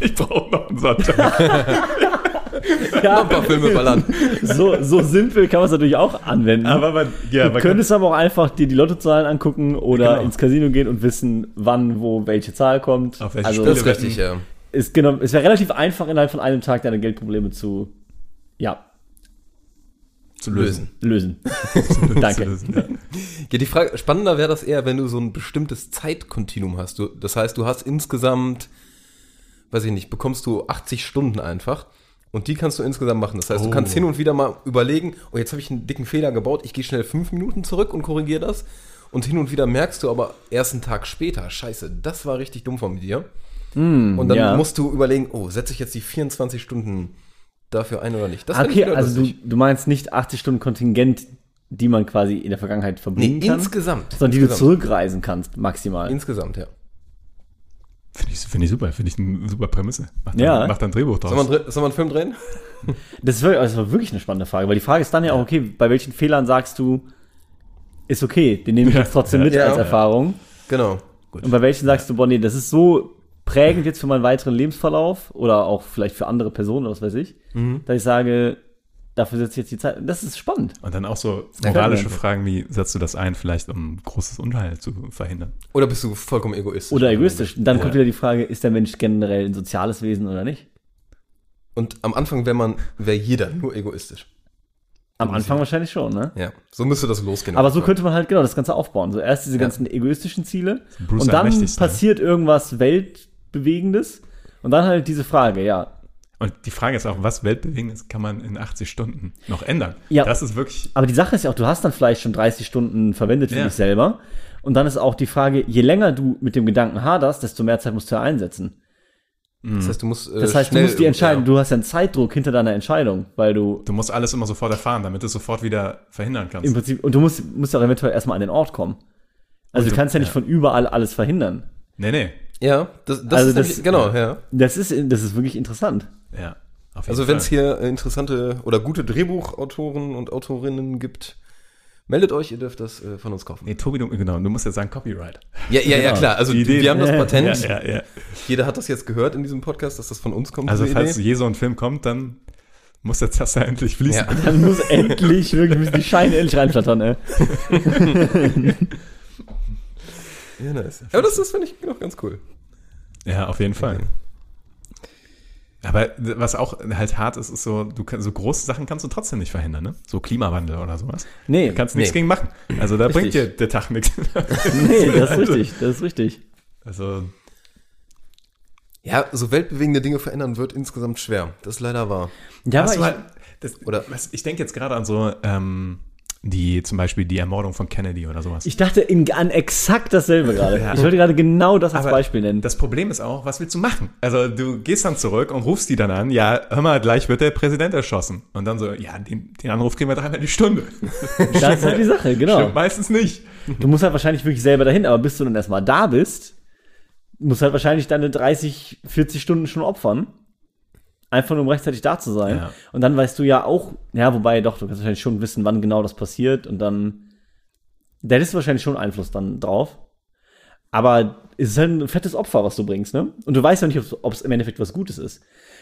S1: ich brauche noch einen Sonntag.
S3: Ein paar Filme ballern.
S4: [laughs] So, so simpel kann man es natürlich auch anwenden.
S1: Aber man, ja,
S4: du
S1: man kann,
S4: könntest aber auch einfach dir die Lottozahlen angucken oder
S1: Genau.
S4: ins Casino gehen und wissen, wann, wo, welche Zahl kommt.
S1: Auf welche
S4: also
S1: Spiele.
S3: Das ist richtig, ja.
S4: ist, genau, es wäre relativ einfach, innerhalb von einem Tag deine Geldprobleme zu ja,
S1: zu
S3: Lösen.
S4: lösen.
S1: [laughs]
S4: Danke.
S1: Zu lösen, ja.
S3: Ja, die Frage, spannender wäre das eher, wenn du so ein bestimmtes Zeitkontinuum hast. Du, das heißt, du hast insgesamt, weiß ich nicht, bekommst du 80 Stunden einfach. Und die kannst du insgesamt machen. Das heißt, du
S1: Oh.
S3: kannst hin und wieder mal überlegen, oh, jetzt habe ich einen dicken Fehler gebaut, ich gehe schnell fünf Minuten zurück und korrigiere das. Und hin und wieder merkst du aber erst einen Tag später, scheiße, das war richtig dumm von dir. und dann
S4: Hm, ja.
S3: musst du überlegen, oh, setze ich jetzt die 24 Stunden dafür ein oder nicht? Das fänd ich
S4: Okay,
S3: wieder
S4: also du,
S3: lustig.
S4: du meinst nicht 80 Stunden Kontingent, die man quasi in der Vergangenheit verbringen
S3: Nee,
S4: kann,
S3: insgesamt.
S4: sondern die du
S3: insgesamt,
S4: zurückreisen kannst, maximal.
S3: Insgesamt, ja.
S1: Finde ich, finde ich super, finde ich eine super Prämisse. Mach dann,
S4: Ja.
S1: mach dann ein Drehbuch
S3: Sollen
S1: draus.
S3: wir, einen Dre- sollen wir einen Film drehen? [laughs]
S4: Das, ist wirklich, das war wirklich eine spannende Frage, weil die Frage ist dann ja auch, okay, bei welchen Fehlern sagst du, ist okay, den nehme ich jetzt trotzdem mit
S3: Ja.
S4: als
S3: Ja.
S4: Erfahrung.
S3: Genau.
S4: Und bei welchen sagst du, Bonnie, das ist so prägend jetzt für meinen weiteren Lebensverlauf oder auch vielleicht für andere Personen, was weiß ich, dass ich sage, dafür setze ich jetzt die Zeit. Das ist spannend.
S1: Und dann auch so
S4: kann
S1: moralische
S4: man.
S1: Fragen wie, setzt du das ein, vielleicht um großes Unheil zu verhindern?
S3: Oder bist du vollkommen egoistisch?
S4: Oder egoistisch. Und dann kommt wieder die Frage, ist der Mensch generell ein soziales Wesen oder nicht?
S3: Und am Anfang wäre man, wäre jeder nur egoistisch.
S4: Am Anfang wahrscheinlich schon, ne?
S3: Ja. So müsste das losgehen.
S4: Aber so könnte man halt genau das Ganze aufbauen. So erst diese ganzen egoistischen Ziele
S1: Bruce
S4: und dann
S1: Allmächtigste, ne?
S4: passiert irgendwas weltbewegendes und dann halt diese Frage, ja.
S1: Und die Frage ist auch, was Weltbewegendes kann man in 80 Stunden noch ändern?
S4: Ja.
S1: Das ist wirklich,
S4: Aber die Sache ist ja auch, du hast dann vielleicht schon 30 Stunden verwendet für
S1: Ja.
S4: dich selber und dann ist auch die Frage, je länger du mit dem Gedanken haderst, desto mehr Zeit musst du ja einsetzen.
S3: Das heißt, du musst. äh,
S4: Das heißt,
S3: schnell-
S4: du musst die entscheiden,
S3: Ja.
S4: du hast ja einen Zeitdruck hinter deiner Entscheidung, weil du
S1: du musst alles immer sofort erfahren, damit du es sofort wieder verhindern kannst.
S4: im Prinzip und du musst musst ja auch eventuell erstmal an den Ort kommen. Also du kannst ja nicht von überall alles verhindern.
S1: nee, nee.
S3: Ja, das, das
S4: Also
S3: ist
S4: das-
S3: nämlich, genau, ja.
S4: Das ist das ist wirklich interessant.
S1: Ja. Auf jeden
S3: Also wenn es
S1: Fall.
S3: hier äh, interessante oder gute Drehbuchautoren und Autorinnen gibt, meldet euch, ihr dürft das äh, von uns kaufen.
S1: Nee, Tobi, du, genau, du musst jetzt sagen Copyright.
S3: Ja, ja, ja, klar. Also
S1: Die Idee-
S3: wir haben das Patent.
S1: ja, ja.
S3: Jeder hat das jetzt gehört in diesem Podcast, dass das von uns kommt.
S1: Also
S3: diese
S1: falls
S3: Idee.
S1: je so ein Film kommt, dann muss der Zaster endlich fließen.
S3: Ja.
S4: Dann muss [laughs] endlich wirklich müssen die Scheine endlich reinflattern, ey.
S3: ja, nice. Aber das, das finde ich noch ganz cool.
S1: Ja, auf jeden Fall. Ja, Aber was auch halt hart ist, ist so, du kann, so große Sachen kannst du trotzdem nicht verhindern, ne? So Klimawandel oder sowas.
S4: Nee,
S1: Da kannst du nichts
S3: Nee.
S1: gegen machen. Also da
S4: Richtig.
S1: bringt dir der Tag
S4: [laughs]
S1: nichts.
S4: nee, das ist richtig, das ist richtig.
S1: Also,
S3: Ja, so weltbewegende Dinge verändern wird insgesamt schwer. Das ist leider wahr.
S4: Ja,
S1: hast
S4: aber
S1: du
S4: ich,
S1: halt, das,
S3: Oder-
S1: was, ich denke jetzt gerade an so, ähm, die, zum Beispiel die Ermordung von Kennedy oder sowas.
S4: ich dachte in, an exakt dasselbe gerade.
S1: Ja.
S4: Ich wollte gerade genau das als
S1: Aber
S4: Beispiel nennen.
S1: Das Problem ist auch, was willst du machen? Also du gehst dann zurück und rufst die dann an, ja, hör mal, gleich wird der Präsident erschossen. Und dann so, ja, den, den Anruf kriegen wir dreimal die Stunde.
S4: Das ist halt die Sache,
S1: [laughs]
S4: genau.
S1: Stimmt meistens nicht.
S4: Du musst halt wahrscheinlich wirklich selber dahin, aber bis du dann erstmal da bist, musst halt wahrscheinlich deine 30, 40 Stunden schon opfern. Einfach nur um rechtzeitig da zu sein.
S1: Ja.
S4: Und dann weißt du ja auch, ja, wobei doch, du kannst wahrscheinlich schon wissen, wann genau das passiert und dann. Da hättest du wahrscheinlich schon Einfluss dann drauf. Aber es ist halt ein fettes Opfer, was du bringst, ne? Und du weißt ja nicht, ob es im Endeffekt was Gutes ist.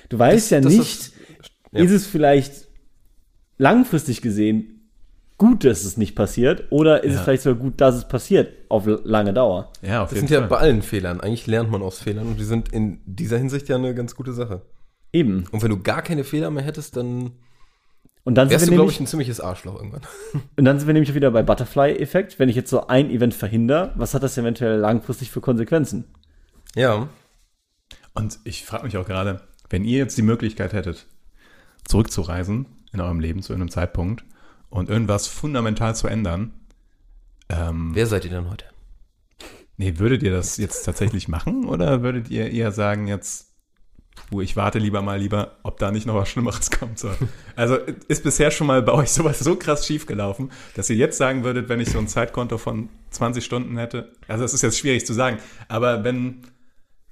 S4: Du weißt ja
S3: das
S4: nicht,
S3: ist- ja.
S4: ist es vielleicht langfristig gesehen gut, dass es nicht passiert? Oder ist es
S1: Ja.
S4: vielleicht sogar gut, dass es passiert auf l- lange Dauer?
S1: Ja, auf
S3: Das sind ja bei allen Fehlern. Eigentlich lernt man aus Fehlern und die sind in dieser Hinsicht ja eine ganz gute Sache.
S4: Eben.
S3: Und wenn du gar keine Fehler mehr hättest, dann
S4: Und dann
S3: wärst
S4: sind,
S3: du,
S4: wir
S3: glaube
S4: nämlich,
S3: ich, ein ziemliches Arschloch irgendwann. [laughs]
S4: und dann sind wir nämlich wieder bei Butterfly-Effekt. Wenn ich jetzt so ein Event verhindere, was hat das eventuell langfristig für Konsequenzen?
S3: Ja.
S1: Und ich frage mich auch gerade, wenn ihr jetzt die Möglichkeit hättet, zurückzureisen in eurem Leben zu einem Zeitpunkt und irgendwas fundamental zu ändern, ähm,
S3: Wer seid ihr denn heute?
S1: nee, würdet ihr das jetzt tatsächlich machen oder würdet ihr eher sagen jetzt, wo ich warte lieber mal lieber, ob da nicht noch was Schlimmeres kommt? So. Also ist bisher schon mal bei euch sowas so krass schief gelaufen, dass ihr jetzt sagen würdet, wenn ich so ein Zeitkonto von 20 Stunden hätte, also es ist jetzt schwierig zu sagen, aber wenn,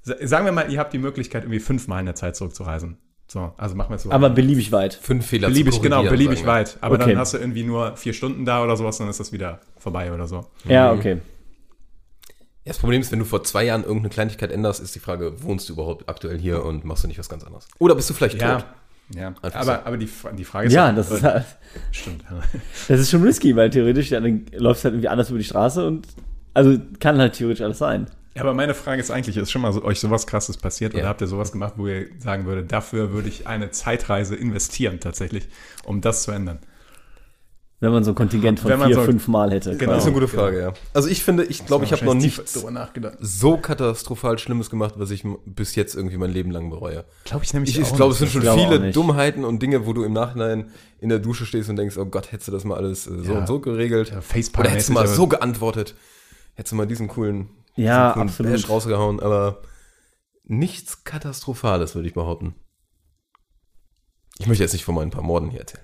S1: sa- sagen wir mal, ihr habt die Möglichkeit, irgendwie fünfmal in der Zeit zurückzureisen. So, also machen wir es so.
S4: Aber beliebig weit.
S3: Fünf Fehler zu
S1: Beliebig, genau,
S3: korrigieren,
S1: beliebig
S3: sagen wir.
S1: weit. Aber
S4: Okay.
S1: dann hast du irgendwie nur vier Stunden da oder sowas, dann ist das wieder vorbei oder so.
S4: Ja, okay.
S3: Ja, Das Problem ist, wenn du vor zwei Jahren irgendeine Kleinigkeit änderst, ist die Frage, wohnst du überhaupt aktuell hier und machst du nicht was ganz anderes? Oder bist du vielleicht tot?
S1: ja.
S3: Einfach
S1: Aber, aber die, Fra- die Frage ist
S4: Ja,
S1: auch-
S4: das ist
S1: äh,
S4: halt,
S1: Stimmt. [laughs]
S4: das ist schon risky, weil theoretisch ja, dann läufst du halt irgendwie anders über die Straße und also kann halt theoretisch alles sein.
S1: Ja, aber meine Frage ist eigentlich, ist schon mal so, euch sowas krasses passiert
S3: Ja.
S1: oder habt ihr sowas gemacht, wo ihr sagen würdet, dafür würde ich eine Zeitreise investieren tatsächlich, um das zu ändern?
S4: Wenn man so ein Kontingent von
S1: Wenn man
S4: vier,
S1: so-
S4: fünf Mal hätte.
S1: Genau.
S3: Das ist eine gute Frage, ja. Also ich finde, ich glaube, ich habe noch
S1: Wahrscheinlich
S3: nicht
S1: tief drüber nachgedacht.
S3: so katastrophal Schlimmes gemacht, was ich m- bis jetzt irgendwie mein Leben lang bereue.
S1: Glaube ich nämlich
S3: Ich, ich glaube, es
S1: nicht.
S3: sind schon
S4: glaube auch
S3: viele
S4: nicht.
S3: Dummheiten und Dinge, wo du im Nachhinein in der Dusche stehst und denkst, oh Gott, hättest du das mal alles äh, so
S1: Ja.
S3: und so geregelt.
S1: Ja, Facepalm
S3: Oder hättest du mal
S1: mäßig,
S3: so
S1: aber-
S3: geantwortet. Hättest du mal diesen coolen,
S4: Ja,
S3: diesen
S4: absolut.
S3: Bash rausgehauen. Aber nichts Katastrophales, würde ich behaupten. Ich möchte jetzt nicht von meinen paar Morden hier erzählen.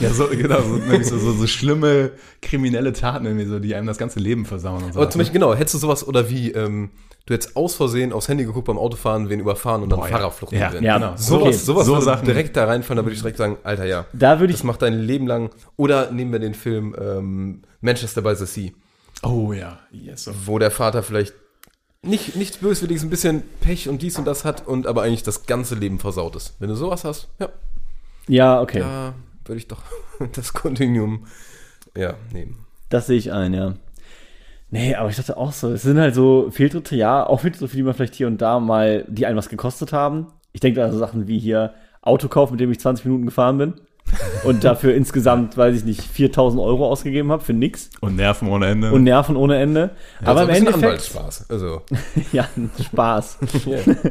S1: Ja, so, genau, so, [laughs] nämlich so, so, so schlimme kriminelle Taten irgendwie so, die einem das ganze Leben versauen und so.
S4: ne?
S3: Aber zum Beispiel, genau, hättest du sowas oder wie, ähm, du hättest aus Versehen aufs Handy geguckt beim Autofahren, wen überfahren und dann
S1: Boah, ja.
S3: Fahrerflucht
S1: Ja.
S3: gesehen.
S4: Ja,
S1: Genau.
S3: Sowas,
S4: okay.
S3: sowas
S1: So
S3: würde
S1: Sachen.
S3: direkt da reinfallen, da würde ich direkt sagen, Alter, ja.
S4: Da würde ich
S3: Das macht dein Leben lang. Oder nehmen wir den Film ähm, Manchester by the Sea,
S1: oh ja, yes. so.
S3: wo der Vater vielleicht nicht, nichts Böswilliges, ein bisschen Pech und dies und das hat und aber eigentlich das ganze Leben versaut ist. Wenn du sowas hast, ja,
S4: Ja, okay.
S3: da würde ich doch [laughs] das Kontinuum ja, nehmen.
S4: Das sehe ich ein, ja. Nee, aber ich dachte auch so, es sind halt so Fehltritte, ja, auch Fehltritte, für die man vielleicht hier und da mal, die einen was gekostet haben. Ich denke da an so Sachen wie hier Autokauf, mit dem ich 20 Minuten
S1: [laughs]
S4: gefahren bin und dafür insgesamt, weiß ich nicht, 4000 Euro ausgegeben habe für nix
S1: Und Nerven ohne Ende.
S4: und Nerven ohne Ende. aber im
S3: Also ein bisschen
S4: Endeffekt,
S3: Anwaltsspaß. Also,
S4: ja, Spaß.
S3: ja.
S4: [laughs]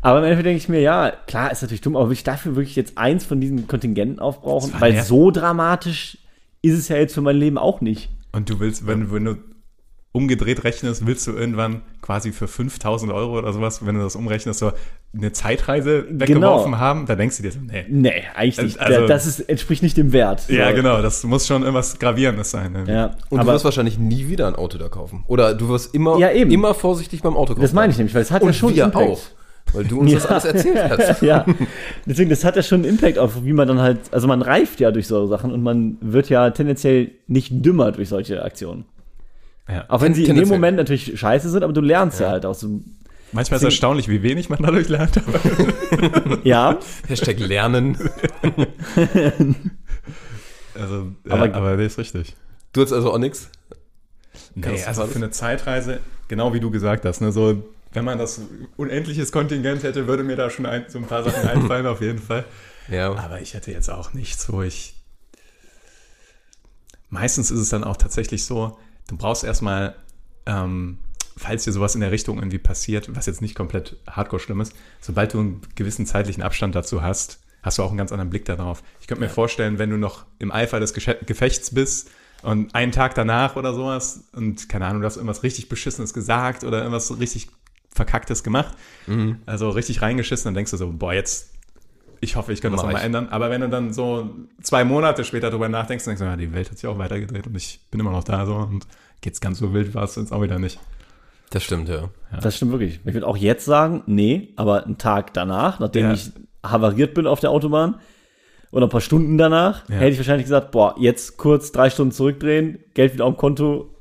S4: Aber im Endeffekt denke ich mir, ja, klar, ist natürlich dumm, aber will ich dafür wirklich jetzt eins von diesen Kontingenten aufbrauchen?
S1: Das war
S4: Weil
S1: nervig.
S4: so dramatisch ist es ja jetzt für mein Leben auch nicht.
S1: Und du willst, wenn, wenn du umgedreht rechnest, willst du irgendwann quasi für 5000 Euro oder sowas, wenn du das umrechnest, so eine Zeitreise weggeworfen
S4: Genau.
S1: haben, da denkst du dir so, nee.
S4: Nee, eigentlich nicht.
S1: Also-
S4: das ist, entspricht nicht dem Wert. So.
S1: Ja, genau, das muss schon irgendwas Gravierendes sein. ne?
S4: Ja,
S3: Und du
S4: aber
S3: wirst wahrscheinlich nie wieder ein Auto da kaufen. Oder du wirst immer,
S4: Ja, eben.
S3: immer vorsichtig beim Auto kaufen.
S4: das meine ich nämlich, weil es hat ja
S3: Und
S4: schon
S3: wir
S4: Impact.
S3: auch. Weil
S4: [laughs]
S3: du uns das alles erzählt
S4: [laughs]
S3: hast.
S4: Ja, deswegen, das hat ja schon einen Impact auf, wie man dann halt, also man reift ja durch solche Sachen und man wird ja tendenziell nicht dümmer durch solche Aktionen.
S1: Ja.
S4: Auch wenn sie in dem
S3: Tendenziell.
S4: Moment natürlich scheiße sind, aber du lernst ja, halt auch so.
S1: Manchmal ist erstaunlich, wie wenig man dadurch lernt. Aber [laughs]
S4: Ja,
S3: Hashtag lernen.
S1: also,
S4: Aber-
S1: ja, aber das ist richtig.
S3: Du hast also auch nichts?
S1: Nee,
S3: Kannst du
S1: also
S3: alles?
S1: für eine Zeitreise, genau wie du gesagt hast, ne, so wenn man das unendliches Kontingent hätte, würde mir da schon ein, so ein paar Sachen einfallen, auf jeden Fall.
S3: Ja.
S1: Aber ich hätte jetzt auch nichts, wo ich. Meistens ist es dann auch tatsächlich so, du brauchst erstmal, ähm, falls dir sowas in der Richtung irgendwie passiert, was jetzt nicht komplett hardcore schlimm ist, sobald du einen gewissen zeitlichen Abstand dazu hast, hast du auch einen ganz anderen Blick darauf. Ich könnte mir vorstellen, wenn du noch im Eifer des Gesche- Gefechts bist und einen Tag danach oder sowas und keine Ahnung, du hast irgendwas richtig Beschissenes gesagt oder irgendwas richtig Verkacktes gemacht,
S3: Mhm.
S1: also richtig reingeschissen, dann denkst du so, boah, jetzt ich hoffe, ich kann das
S3: Mach
S1: nochmal
S3: ich.
S1: ändern. Aber wenn du dann so zwei Monate später drüber nachdenkst, denkst du, ja, die Welt hat sich auch weitergedreht und ich bin immer noch da so und geht's ganz so wild, war es jetzt auch wieder nicht.
S3: Das stimmt, ja.
S4: Das stimmt wirklich. Ich würde auch jetzt sagen, nee, aber einen Tag danach, nachdem
S1: Ja.
S4: ich havariert bin auf der Autobahn oder ein paar Stunden danach,
S1: Ja.
S4: hätte ich wahrscheinlich gesagt, boah, jetzt kurz drei Stunden zurückdrehen, Geld wieder auf
S1: [laughs]
S4: dem Konto.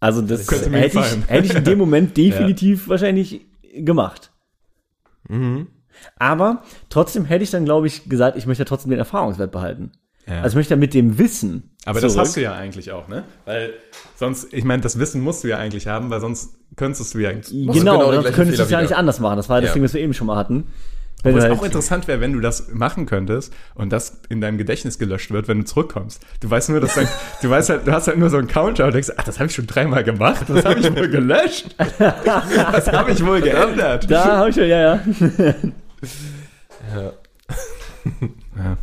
S4: Also das
S1: Könnte mir
S4: hätte
S1: gefallen.
S4: ich, hätte ich in
S1: [laughs]
S4: dem Moment [laughs] definitiv wahrscheinlich gemacht.
S1: Mhm.
S4: Aber trotzdem hätte ich dann, glaube ich, gesagt, ich möchte ja trotzdem den Erfahrungswert behalten.
S1: Ja.
S4: Also ich möchte ja mit dem Wissen.
S1: Aber das
S4: zurück.
S1: hast du ja eigentlich auch, ne? Weil sonst, ich meine, das Wissen musst du ja eigentlich haben, weil sonst könntest du ja.
S3: Machst du
S4: Genau,
S3: genau
S4: genau
S3: den
S4: sonst
S3: gleichen
S4: könntest du es
S3: Fehler
S4: ja nicht
S3: wieder.
S4: anders machen. Das war ja das
S3: Ja.
S4: Ding, was wir eben schon mal hatten. Wenn
S1: Was
S4: du
S1: auch
S4: halt,
S1: interessant wäre, wenn du das machen könntest und das in deinem Gedächtnis gelöscht wird, wenn du zurückkommst. Du weißt nur,
S4: [laughs]
S1: dass dein, du weißt halt, du hast halt nur so einen Counter und denkst, ach, das habe ich schon dreimal gemacht, das habe ich wohl
S4: [laughs]
S1: gelöscht, das habe ich wohl geändert.
S4: da habe ich ja,
S3: [laughs]
S4: ja, ja.
S1: Ja.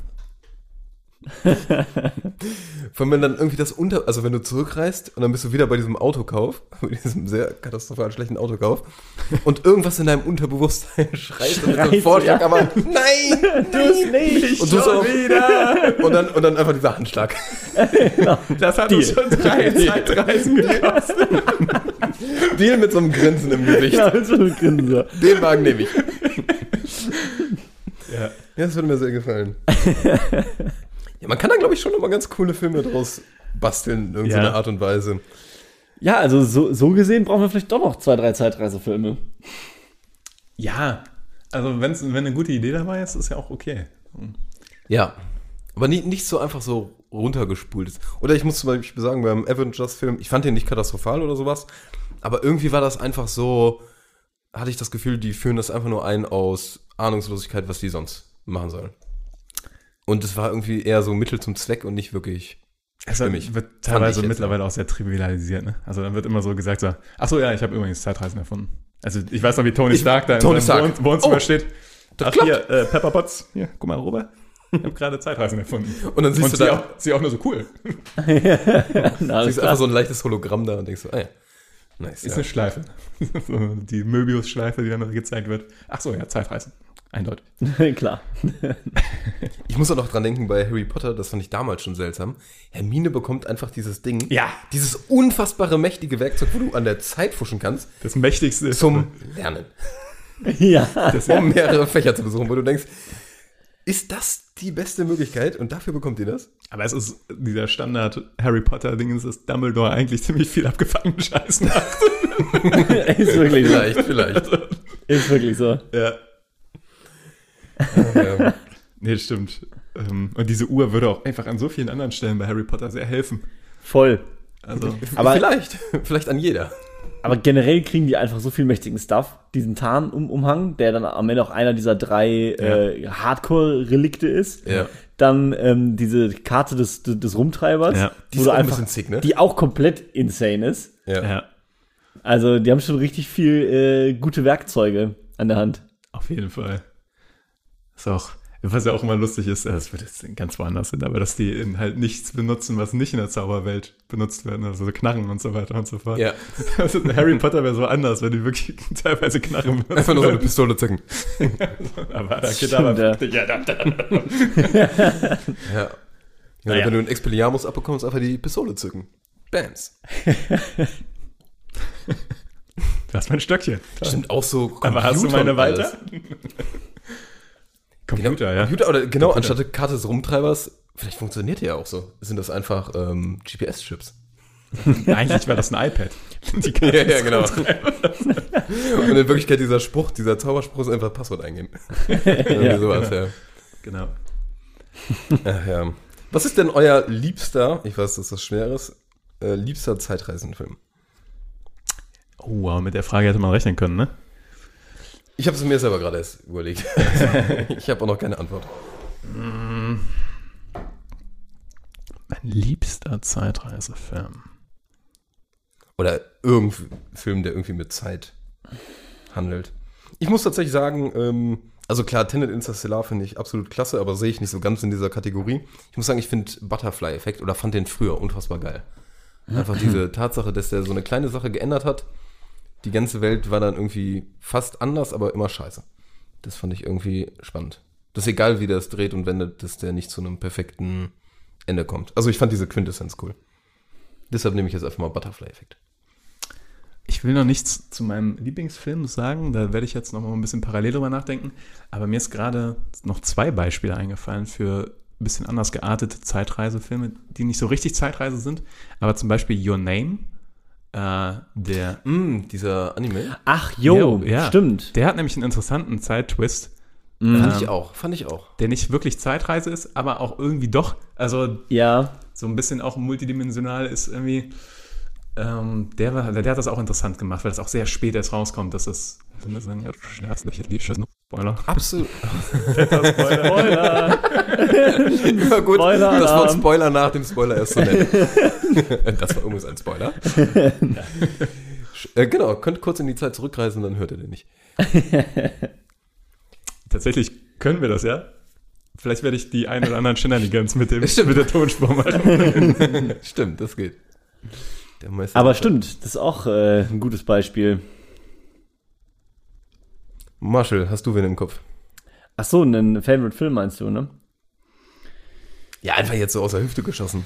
S3: Vor allem, wenn dann irgendwie das unter, also wenn du zurückreist und dann bist du wieder bei diesem Autokauf, [laughs] bei diesem sehr katastrophal schlechten Autokauf und irgendwas in deinem Unterbewusstsein [laughs] schreit und mit so einem
S4: Schreit,
S3: Vorschlag,
S4: ja.
S3: aber nein!
S4: [laughs] Du es nicht.
S3: Und du so, [laughs] und dann, und dann einfach dieser Handschlag.
S1: Das hat uns schon
S4: [laughs]
S1: drei Zeitreisen gekostet.
S3: Deal mit so einem Grinsen im Gesicht.
S4: Ja, also mit so einem Grinser.
S3: Den Wagen nehme ich.
S1: Ja.
S3: Ja, das würde mir sehr gefallen.
S1: [laughs]
S3: ja, man kann da, glaube ich, schon nochmal ganz coole Filme draus basteln, in irgendeiner
S1: Ja.
S3: Art und Weise.
S4: Ja, also so, so gesehen brauchen wir vielleicht doch noch zwei, drei Zeitreisefilme.
S1: ja, also wenn's, wenn eine gute Idee dabei ist, ist ja auch okay.
S3: Ja. Aber nie, nicht so einfach so runtergespult ist. Oder ich muss zum Beispiel sagen, beim Avengers-Film, ich fand den nicht katastrophal oder sowas, aber irgendwie war das einfach so, hatte ich das Gefühl, die führen das einfach nur ein aus Ahnungslosigkeit, was die sonst machen sollen. Und es war irgendwie eher so Mittel zum Zweck und nicht wirklich.
S1: Also
S3: Stimmig.
S1: wird
S3: ich
S1: teilweise
S3: jetzt
S1: mittlerweile auch sehr trivialisiert. Ne? Also dann wird immer so gesagt, so, ach so, ja, ich habe übrigens Zeitreisen erfunden. Also ich weiß noch, wie Tony
S3: Ich-
S1: Stark da in
S3: Tony
S1: seinem
S3: Stark.
S1: Wohn Wohnzimmer
S3: Oh,
S1: steht.
S3: das
S1: ach,
S3: klappt.
S1: hier, äh, Pepper Potts, hier, guck mal, Robert. Ich
S3: [laughs]
S1: habe gerade Zeitreisen erfunden.
S3: Und dann siehst du
S1: sie
S3: da-
S1: auch, sie auch nur so cool.
S4: Na,
S3: Du
S4: alles Also
S3: siehst
S4: klar.
S3: einfach so ein leichtes Hologramm da und denkst so, ah ja. Nice.
S1: Ist
S3: ja.
S1: eine Schleife. [laughs] so, die Möbius-Schleife, die dann noch gezeigt wird. Ach so, ja, Zeitreisen. Eindeutig.
S4: [laughs] klar.
S3: Ich muss auch noch dran denken bei Harry Potter, das fand ich damals schon seltsam. Hermine bekommt einfach dieses Ding.
S1: Ja.
S3: Dieses unfassbare mächtige Werkzeug, wo du an der Zeit fuschen kannst,
S1: Das Mächtigste ist
S3: zum Lernen.
S4: Ja. [laughs]
S3: Um mehrere Fächer zu besuchen, wo du denkst, ist das die beste Möglichkeit? Und dafür bekommt ihr das?
S1: Aber es ist dieser Standard Harry Potter Dingens, dass Dumbledore eigentlich [laughs] ziemlich viel abgefangen scheißen
S3: [laughs]
S1: hat.
S4: ist wirklich so.
S3: Vielleicht, [laughs] vielleicht.
S4: Ist wirklich so.
S1: ja.
S3: ja.
S1: Nee, stimmt. Ähm, Und diese Uhr würde auch einfach an so vielen anderen Stellen bei Harry Potter sehr helfen.
S4: Voll.
S3: [laughs]
S1: Also,
S4: Aber-
S3: vielleicht, vielleicht an jeder. Mhm.
S4: Aber generell kriegen die einfach so viel mächtigen Stuff. Diesen Tarnumhang, der dann am Ende auch einer dieser drei äh, Hardcore-Relikte ist.
S3: Ja.
S4: Dann ähm, diese Karte des, des, des Rumtreibers,
S1: Ja.
S3: Die
S4: wo
S3: ist
S4: du
S3: auch ein
S4: einfach,
S3: bisschen sick, ne?
S4: die auch komplett insane ist.
S1: ja,
S4: Also, die haben schon richtig viel äh, gute Werkzeuge an der Hand.
S1: auf jeden Fall. Ist auch, was ja auch immer lustig ist, äh, das wird jetzt ganz woanders hin, aber dass die in halt nichts benutzen, was nicht in der Zauberwelt benutzt werden, also so Knarren und so weiter und so fort.
S3: Ja.
S1: [laughs] Also Harry Potter wäre so anders, wenn die wirklich [laughs] teilweise Knarren benutzen.
S3: Einfach nur so eine Pistole zücken.
S1: [laughs] aber da geht
S4: Stimmt,
S1: aber. Ja,
S4: ja.
S1: da, da.
S3: Ja. ja
S1: Naja.
S3: Wenn du einen Expelliarmus abbekommst, einfach die Pistole zücken. Bams.
S1: Das ist mein Stöckchen.
S3: Stimmt auch so.
S1: Aber hast du
S3: Computer
S1: meine
S3: und alles. [laughs]
S1: weiter?
S3: Genau,
S1: Computer, ja.
S3: Computer, oder genau, anstatt der Karte des Rumtreibers, vielleicht funktioniert die ja auch so. Sind das einfach ähm, [laughs] GPS-Chips?
S1: Eigentlich war das ein iPad. [laughs] Die Karte ist
S3: genau. [laughs] Und in Wirklichkeit dieser Spruch, dieser Zauberspruch ist einfach Passwort [laughs] eingeben. Irgendwie sowas, ja.
S1: Genau.
S3: Ach, ja. Was ist denn euer liebster, ich weiß, dass das schwer ist, äh, liebster Zeitreisenfilm?
S1: Oh, aber mit der Frage hätte man rechnen können, ne?
S3: Ich habe es mir selber gerade erst überlegt. [laughs] ich habe auch noch keine Antwort.
S1: Mein liebster Zeitreisefilm.
S3: Oder irgendein Film, der irgendwie mit Zeit handelt. Ich muss tatsächlich sagen, ähm, also klar, Tenet Interstellar finde ich absolut klasse, aber sehe ich nicht so ganz in dieser Kategorie. Ich muss sagen, ich finde Butterfly-Effekt oder fand den früher unfassbar geil. Einfach diese Tatsache, dass der so eine kleine Sache geändert hat. Die ganze Welt war dann irgendwie fast anders, aber immer scheiße. Das fand ich irgendwie spannend. Das ist egal, wie der es dreht und wendet, dass der nicht zu einem perfekten Ende kommt. Also ich fand diese Quintessenz cool. Deshalb nehme ich jetzt einfach mal Butterfly-Effekt.
S1: Ich will noch nichts zu meinem Lieblingsfilm sagen, da werde ich jetzt noch mal ein bisschen parallel drüber nachdenken. Aber mir ist gerade noch zwei Beispiele eingefallen für ein bisschen anders geartete Zeitreisefilme, die nicht so richtig Zeitreise sind. Aber zum Beispiel Your Name, äh, der
S3: Mm, dieser Anime.
S4: Ach, jo,
S1: Jo, ja.
S4: stimmt.
S1: Der hat nämlich einen interessanten Zeittwist,
S4: Mm.
S3: Fand ich auch, fand ich auch.
S1: der nicht wirklich Zeitreise ist, aber auch irgendwie doch. Also
S4: Ja,
S1: so ein bisschen auch multidimensional ist irgendwie. Ähm, der, war, der, der hat das auch interessant gemacht, weil das auch sehr spät erst rauskommt, dass das. Sind das denn jetzt schmerzliche Liebschüsse? Spoiler.
S3: Absolut.
S4: Spoiler.
S3: [laughs] Ja, gut,
S4: Spoiler-Alarm.
S3: das Wort Spoiler nach dem Spoiler erst
S4: [laughs]
S3: zu nennen. das war übrigens ein Spoiler. Sch- äh, genau, könnt kurz in die Zeit zurückreisen, dann hört ihr den nicht.
S1: Tatsächlich können wir das, ja? Vielleicht werde ich die ein oder anderen Shenanigans mit, dem,
S3: Stimmt.
S1: mit der Tonspur machen.
S3: Stimmt, das geht. Der
S4: [laughs]
S3: Meister
S4: aber stimmt, das ist auch äh, ein gutes Beispiel.
S3: Marshall, hast du wen im Kopf?
S4: Ach so, einen Favorite-Film meinst du, ne?
S3: Ja, einfach jetzt so aus der Hüfte geschossen.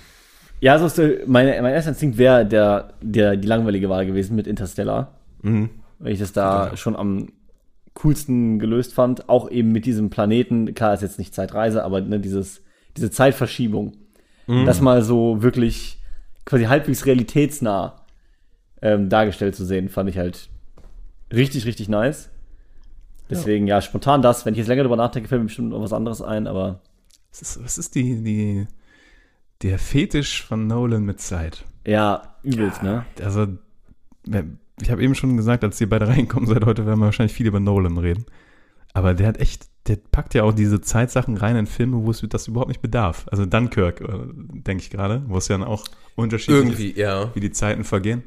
S4: Ja, so ist der, meine, mein erster Instinkt wäre der, der, die langweilige Wahl gewesen mit Interstellar. Weil ich das da schon am coolsten gelöst fand. Auch eben mit diesem Planeten. Klar, ist jetzt nicht Zeitreise, aber ne, dieses, diese Zeitverschiebung. Das mal so wirklich quasi halbwegs realitätsnah ähm, dargestellt zu sehen, fand ich halt richtig, richtig nice. Deswegen, ja, spontan das. Wenn ich jetzt länger drüber nachdenke, fällt mir bestimmt noch was anderes ein, aber
S1: Was ist, was ist die, die, der Fetisch von Nolan mit Zeit?
S4: ja, übelst, ne?
S1: Also, wer- ich habe eben schon gesagt, als ihr beide [laughs] reinkommen seid heute, werden wir wahrscheinlich viel über Nolan reden. Aber der hat echt, der packt ja auch diese Zeitsachen rein in Filme, wo es das überhaupt nicht bedarf. Also Dunkirk, äh, denke ich gerade, wo es ja dann auch unterschiedlich ist.
S3: Irgendwie, ja.
S1: wie die Zeiten vergehen.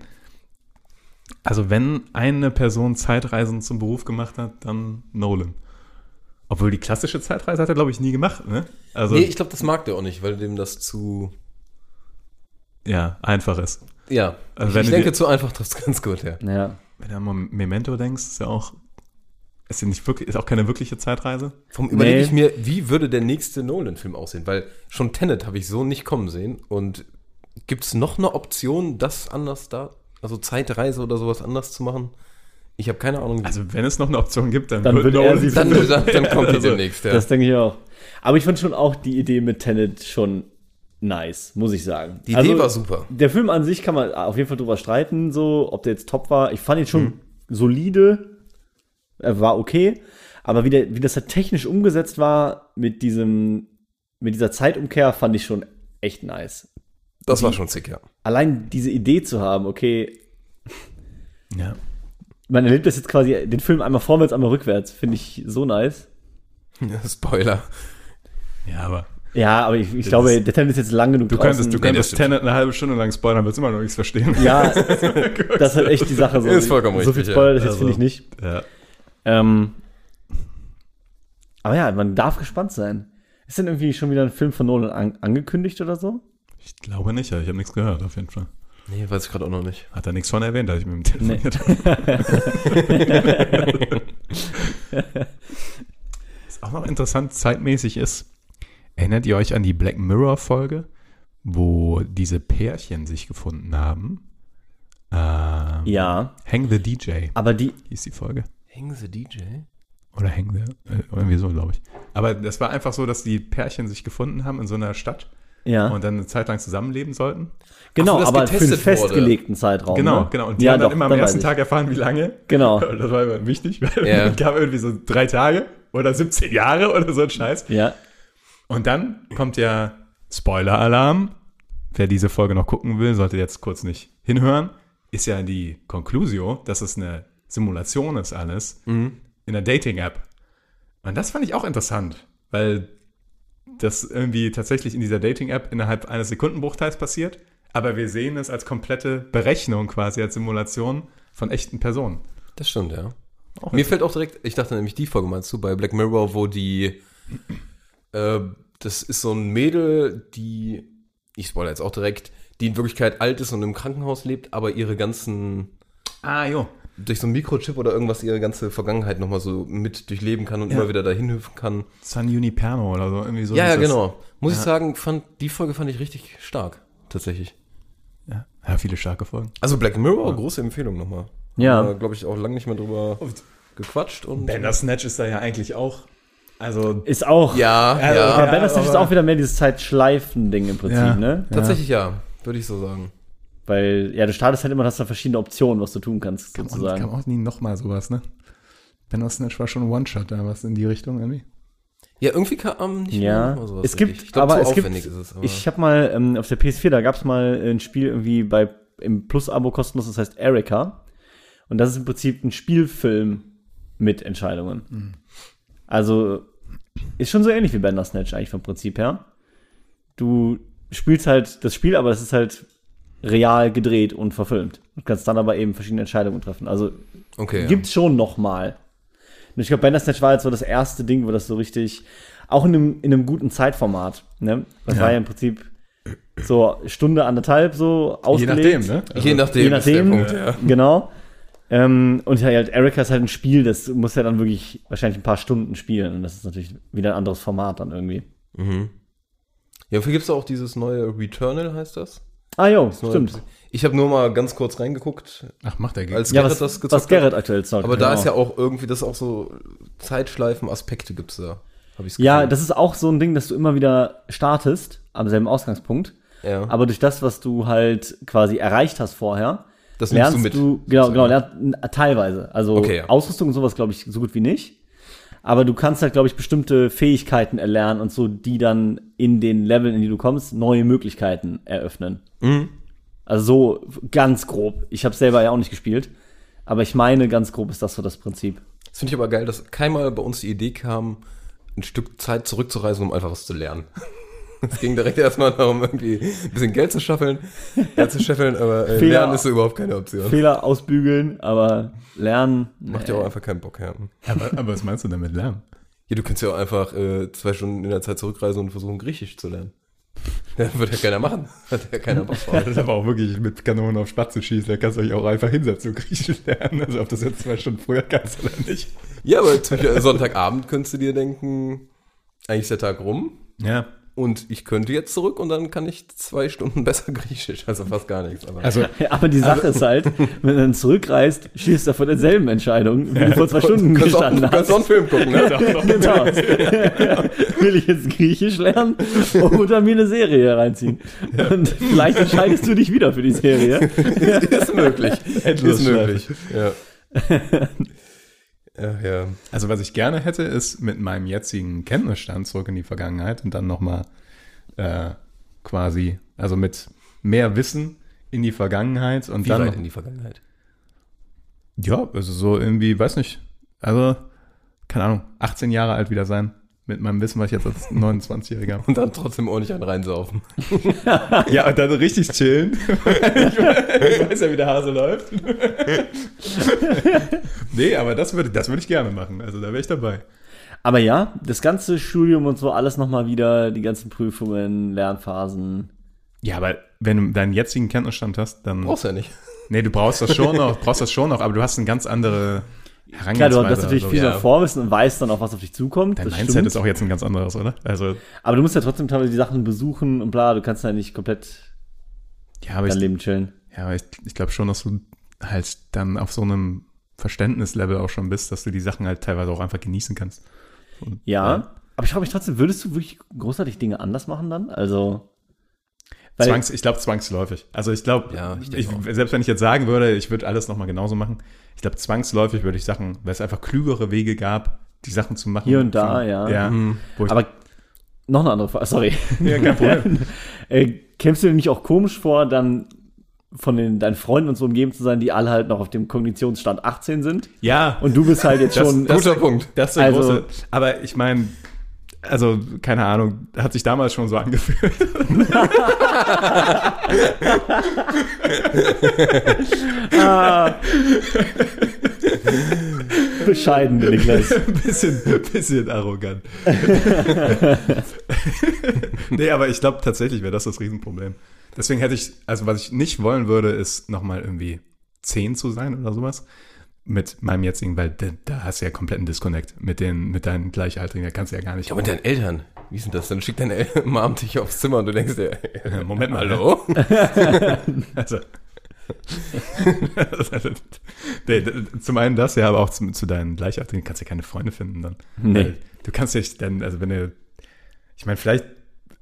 S1: Also wenn eine Person Zeitreisen zum Beruf gemacht hat, dann Nolan. Obwohl die klassische Zeitreise hat er, glaube ich, nie gemacht, ne? Also,
S3: Nee, ich glaube, das mag der auch nicht, weil dem das zu.
S1: ja, einfach ist.
S3: Ja,
S4: Äh,
S1: Also
S3: ich,
S1: wenn
S3: ich
S1: du
S3: denke,
S1: dir-
S3: zu einfach trifft ganz gut, ja.
S4: Ja.
S1: Wenn du an Mem- Memento denkst, ist ja auch, ist ja nicht wirklich, ist auch keine wirkliche Zeitreise.
S3: Vom überlege
S4: Nee.
S3: ich mir, wie würde der nächste Nolan-Film aussehen? Weil schon Tenet habe ich so nicht kommen sehen. Und gibt es noch eine Option, das anders da, also Zeitreise oder sowas anders zu machen? Ich habe keine Ahnung. wie-
S1: Also wenn es noch eine Option gibt, dann,
S4: Dann
S1: wird
S4: würde er
S1: Nolan
S4: sie
S1: dann,
S3: [laughs] dann, dann, dann kommt die
S1: Also,
S3: demnächst, ja.
S4: Das denke ich auch. Aber ich fand schon auch die Idee mit Tenet schon nice, muss ich sagen. Also,
S3: Die Idee war super.
S4: Der Film an sich kann man auf jeden Fall drüber streiten, so, ob der jetzt top war. Ich fand ihn schon
S3: Mhm.
S4: solide, er war okay. Aber wie, der, wie das halt technisch umgesetzt war mit diesem, mit dieser Zeitumkehr, fand ich schon echt nice.
S3: Das war schon sick, ja. [laughs]
S4: Allein diese Idee zu haben, okay,
S1: ja.
S4: man erlebt das jetzt quasi, den Film einmal vorwärts, einmal rückwärts, finde ich so nice.
S3: Spoiler.
S1: ja, aber
S4: Ja, aber ich, ich glaube, der Tenet ist jetzt lang genug
S1: du könntest, du
S3: Nee, das
S1: könntest
S3: stimmt.
S1: Tenet eine halbe Stunde lang spoilern, wirst immer noch nichts verstehen. [laughs]
S4: Ja, das ist halt echt die Sache. So,
S3: Ist vollkommen
S4: so viel
S3: richtig,
S4: Spoiler
S3: ja.
S4: das jetzt
S1: Also.
S4: finde ich nicht.
S1: Ja.
S4: Ähm, aber ja, man darf gespannt sein. Ist denn irgendwie schon wieder ein Film von Nolan an, angekündigt oder so?
S1: Ich glaube nicht, ja. ich habe nichts gehört auf jeden Fall.
S3: Nee, weiß ich gerade auch noch nicht.
S1: Hat er nichts von erwähnt, als ich mit ihm telefoniert habe.
S4: [laughs]
S1: Was auch noch interessant zeitmäßig ist, erinnert ihr euch an die Black Mirror-Folge, wo diese Pärchen sich gefunden haben? Ähm,
S4: Ja,
S1: Hang the DJ
S4: aber die,
S1: hieß die Folge.
S3: Hängen Sie DJ?
S1: Oder Hang the, äh, irgendwie so, glaube ich. Aber das war einfach so, dass die Pärchen sich gefunden haben in so einer Stadt
S4: ja,
S1: und dann eine Zeit lang zusammenleben sollten.
S4: genau,
S3: Ach so, das
S4: aber für einen
S3: getestet
S4: festgelegten Zeitraum.
S1: Genau,
S4: ne?
S1: genau. Und die
S4: ja,
S1: haben
S4: doch,
S1: dann immer am ersten
S4: weiß
S1: Tag erfahren, wie lange.
S4: Ich. Genau,
S1: Und [laughs] Das war immer wichtig, weil [laughs]
S3: Ja.
S1: es gab irgendwie so drei Tage oder 17 Jahre oder so ein Scheiß.
S4: ja.
S1: Und dann kommt ja Spoiler-Alarm. Wer diese Folge noch gucken will, sollte jetzt kurz nicht hinhören. ist ja die Conclusio, dass es eine Simulation ist alles,
S3: Mhm.
S1: in einer Dating-App. Und das fand ich auch interessant, weil das irgendwie tatsächlich in dieser Dating-App innerhalb eines Sekundenbruchteils passiert, aber wir sehen es als komplette Berechnung quasi, als Simulation von echten Personen.
S3: Das stimmt, ja. Mir fällt auch direkt, ich dachte nämlich die Folge mal zu, bei Black Mirror, wo die, äh, das ist so ein Mädel, die, ich spoilere jetzt auch direkt, die in Wirklichkeit alt ist und im Krankenhaus lebt, aber ihre ganzen,
S1: Ah, jo.
S3: durch so ein Mikrochip oder irgendwas ihre ganze Vergangenheit nochmal so mit durchleben kann und immer wieder dahin hüpfen kann.
S1: San Juniperno oder so, irgendwie so.
S3: Ja, ja,
S1: hieß das.
S3: genau. Muss ich sagen, fand, die Folge fand ich richtig stark, tatsächlich.
S1: Ja. ja, viele starke Folgen.
S3: Also Black Mirror, große Empfehlung nochmal.
S4: Ja.
S3: Glaube ich auch lange nicht mehr drüber gequatscht und.
S1: Snatch ist da ja eigentlich auch, also
S4: Ist auch.
S3: Ja, ja.
S4: Aber Banner Snatch ist auch wieder mehr dieses Zeitschleifen-Ding im Prinzip,
S1: Ja.
S4: ne?
S3: Tatsächlich ja, würde ich so sagen.
S4: Weil, ja, du startest halt immer, dass da verschiedene Optionen, was du tun kannst,
S1: und kam
S4: sozusagen.
S1: auch nie nochmal sowas, ne? Banner Snatch war schon One-Shot da, was in die Richtung irgendwie.
S3: Ja, irgendwie kam nicht
S4: Ja,
S3: immer sowas
S4: es gibt,
S3: richtig. Ich glaub,
S4: aber
S3: zu
S4: es gibt,
S3: aufwendig ist es. Aber
S4: ich habe mal ähm, auf der PS4, da gab es mal ein Spiel irgendwie bei im Plus-Abo kostenlos, das heißt Erika. Und das ist im Prinzip ein Spielfilm mit Entscheidungen.
S3: Mhm.
S4: Also ist schon so ähnlich wie Bandersnatch eigentlich vom Prinzip her. Du spielst halt das Spiel, aber es ist halt real gedreht und verfilmt. Du kannst dann aber eben verschiedene Entscheidungen treffen. Also
S3: okay, ja.
S4: gibt's schon noch mal. Und ich glaube, Bandersnatch war jetzt so das erste Ding, wo das so richtig, auch in einem, in einem guten Zeitformat, ne? Das war ja im Prinzip so Stunde, anderthalb so ausgelegt.
S1: ne?
S3: je nachdem,
S4: also Je
S3: ist der
S4: nachdem,
S3: Punkt, ja.
S4: genau. Ähm, und halt, Erika ist halt ein Spiel, das muss ja dann wirklich wahrscheinlich ein paar Stunden spielen. Und das ist natürlich wieder ein anderes Format dann irgendwie.
S3: Ja, dafür gibt's auch dieses neue Returnal, heißt das?
S4: Ah jo,
S3: halt.
S4: stimmt.
S3: Ich habe nur mal ganz kurz reingeguckt,
S1: Also, Ach, macht er
S3: als
S4: Ja,
S3: Gerrit
S4: was,
S3: das gezockt
S4: was Gerrit aktuell zockt.
S3: hat. Aber da
S4: genau.
S3: ist ja auch irgendwie, das ist auch so Zeitschleifen-Aspekte gibt's da. Hab ich's
S4: Ja,
S3: gesehen.
S4: das ist auch so ein Ding, dass du immer wieder startest am selben Ausgangspunkt.
S3: Ja.
S4: Aber durch das, was du halt quasi erreicht hast vorher,
S3: Das nimmst
S4: lernst
S3: du
S4: du,
S3: mit,
S4: genau,
S3: sozusagen.
S4: genau, lernst, äh, teilweise. Also
S3: Okay, ja.
S4: Ausrüstung und sowas glaube ich so gut wie nicht. Aber du kannst halt, glaube ich, bestimmte Fähigkeiten erlernen und so, die dann in den Leveln, in die du kommst, neue Möglichkeiten eröffnen.
S3: Mhm.
S4: Also so ganz grob. Ich habe selber ja auch nicht gespielt. Aber ich meine, ganz grob ist das so das Prinzip.
S3: Das finde ich aber geil, dass keinmal bei uns die Idee kam, ein Stück Zeit zurückzureisen, um einfach was zu lernen. [laughs] Es ging direkt erstmal darum, irgendwie ein bisschen Geld zu schaffeln, Geld zu scheffeln, aber äh,
S4: Fehler.
S3: lernen ist so überhaupt keine Option.
S4: Fehler ausbügeln, aber lernen.
S3: Macht ja auch einfach keinen Bock, ja.
S1: Aber, aber was meinst du damit lernen?
S3: Ja, du kannst ja auch einfach äh, zwei Stunden in der Zeit zurückreisen und versuchen, Griechisch zu lernen. [laughs] Ja, wird ja keiner machen. Hat ja keiner Bock drauf.
S1: Das ist aber auch wirklich mit Kanonen auf Spatzen schießen, da kannst du dich auch einfach hinsetzen und Griechisch lernen. Also ob das jetzt zwei Stunden vorher kannst oder nicht.
S3: ja, aber zum Beispiel, äh, Sonntagabend könntest du dir denken, eigentlich ist der Tag rum
S1: Ja.
S3: und ich könnte jetzt zurück und dann kann ich zwei Stunden [laughs] besser Griechisch. Also fast gar nichts. Aber
S1: Also
S4: Ja, [laughs] aber die Sache ist halt, wenn du dann zurückreist, stehst du vor derselben Entscheidung, wie du vor zwei Stunden
S3: du kannst, auch, du
S4: gestanden hast.
S3: kannst auch einen Film gucken, ne? [laughs]
S4: Genau. [laughs] Will ich jetzt Griechisch lernen oder mir eine Serie hier reinziehen? Und vielleicht entscheidest du dich wieder für die Serie.
S3: ist möglich.
S1: [laughs] Endlos
S3: ist möglich.
S4: [laughs]
S3: Ja. Ach ja.
S1: Also was ich gerne hätte, ist mit meinem jetzigen Kenntnisstand zurück in die Vergangenheit und dann nochmal äh, quasi, also mit mehr Wissen in die Vergangenheit und
S3: Wie
S1: dann.
S3: weit in die Vergangenheit?
S1: ja, also so irgendwie, weiß nicht, also, keine Ahnung, 18 Jahre alt wieder sein. Mit meinem Wissen, was ich jetzt als [laughs] 29-Jähriger
S3: Und dann trotzdem ordentlich einen reinsaufen.
S1: Ja, und dann richtig chillen. [laughs] ich weiß ja, wie der Hase läuft. nee, aber das würde das würde ich gerne machen. Also da wäre ich dabei.
S4: Aber ja, das ganze Studium und so, alles nochmal wieder, die ganzen Prüfungen, Lernphasen.
S1: Ja, aber wenn du deinen jetzigen Kenntnisstand hast, dann.
S3: Brauchst ja nicht.
S1: Nee, du brauchst das
S4: [laughs]
S1: schon noch, brauchst das schon noch, aber du hast eine ganz andere Herangehensweise.
S4: Klar, du hast natürlich
S1: also,
S4: viel
S1: ja.
S4: mehr Vorwissen und weißt dann auch, was auf dich zukommt.
S1: Dein
S4: das
S1: Mindset
S4: stimmt.
S1: ist auch jetzt ein ganz anderes, oder? Also,
S4: Aber du musst ja trotzdem teilweise die Sachen besuchen und bla, du kannst ja nicht komplett
S1: ja, aber ich,
S4: dein Leben chillen.
S1: ja, aber ich, ich glaube schon, dass du halt dann auf so einem Verständnislevel auch schon bist, dass du die Sachen halt teilweise auch einfach genießen kannst.
S4: Ja. Aber ich frage mich trotzdem, würdest du wirklich großartig Dinge anders machen dann? Also. Weil,
S1: Zwangs, ich glaube zwangsläufig. Also ich glaube,
S3: Ja, ich
S1: ich
S3: denk auch.
S1: selbst wenn ich jetzt sagen würde, ich würde alles nochmal genauso machen, ich glaube zwangsläufig würde ich Sachen, weil es einfach klügere Wege gab, die Sachen zu machen.
S4: Hier und da, ja.
S1: ja
S3: Mhm.
S1: wo ich,
S4: aber noch eine andere Frage, sorry. [laughs]
S1: ja, kein Problem.
S4: äh, kämst du dir nicht auch komisch vor, dann von den, deinen Freunden und so umgeben zu sein, die alle halt noch auf dem Kognitionsstand 18 sind.
S1: Ja,
S4: Und du bist halt jetzt
S1: Das-
S4: schon.
S1: das-
S3: Guter Punkt.
S1: das ist der
S4: also-
S1: große. Aber ich meine, also keine Ahnung, hat sich damals schon so angefühlt.
S4: ah. bescheiden,
S1: [laughs]
S4: Niklas.
S1: Ein bisschen, bisschen arrogant. nee, aber ich glaube tatsächlich wäre das das Riesenproblem. Deswegen hätte ich, also was ich nicht wollen würde, ist nochmal irgendwie 10 zu sein oder sowas. Mit meinem jetzigen, weil da, da hast du ja kompletten Disconnect mit den, mit deinen Gleichaltrigen, da kannst du ja gar nicht.
S3: Ja, mit deinen Eltern. Wie ist denn das? Dann schickt deine [laughs] El- Mom dich aufs Zimmer und du denkst [laughs] dir,
S1: Ja, Moment mal,
S3: hallo?
S1: Also. nee, d- zum einen das, ja, aber auch zu, zu deinen Gleichaltrigen kannst du ja keine Freunde finden dann.
S4: Nee.
S1: Weil Du kannst dich dann, also wenn du, ich meine, vielleicht,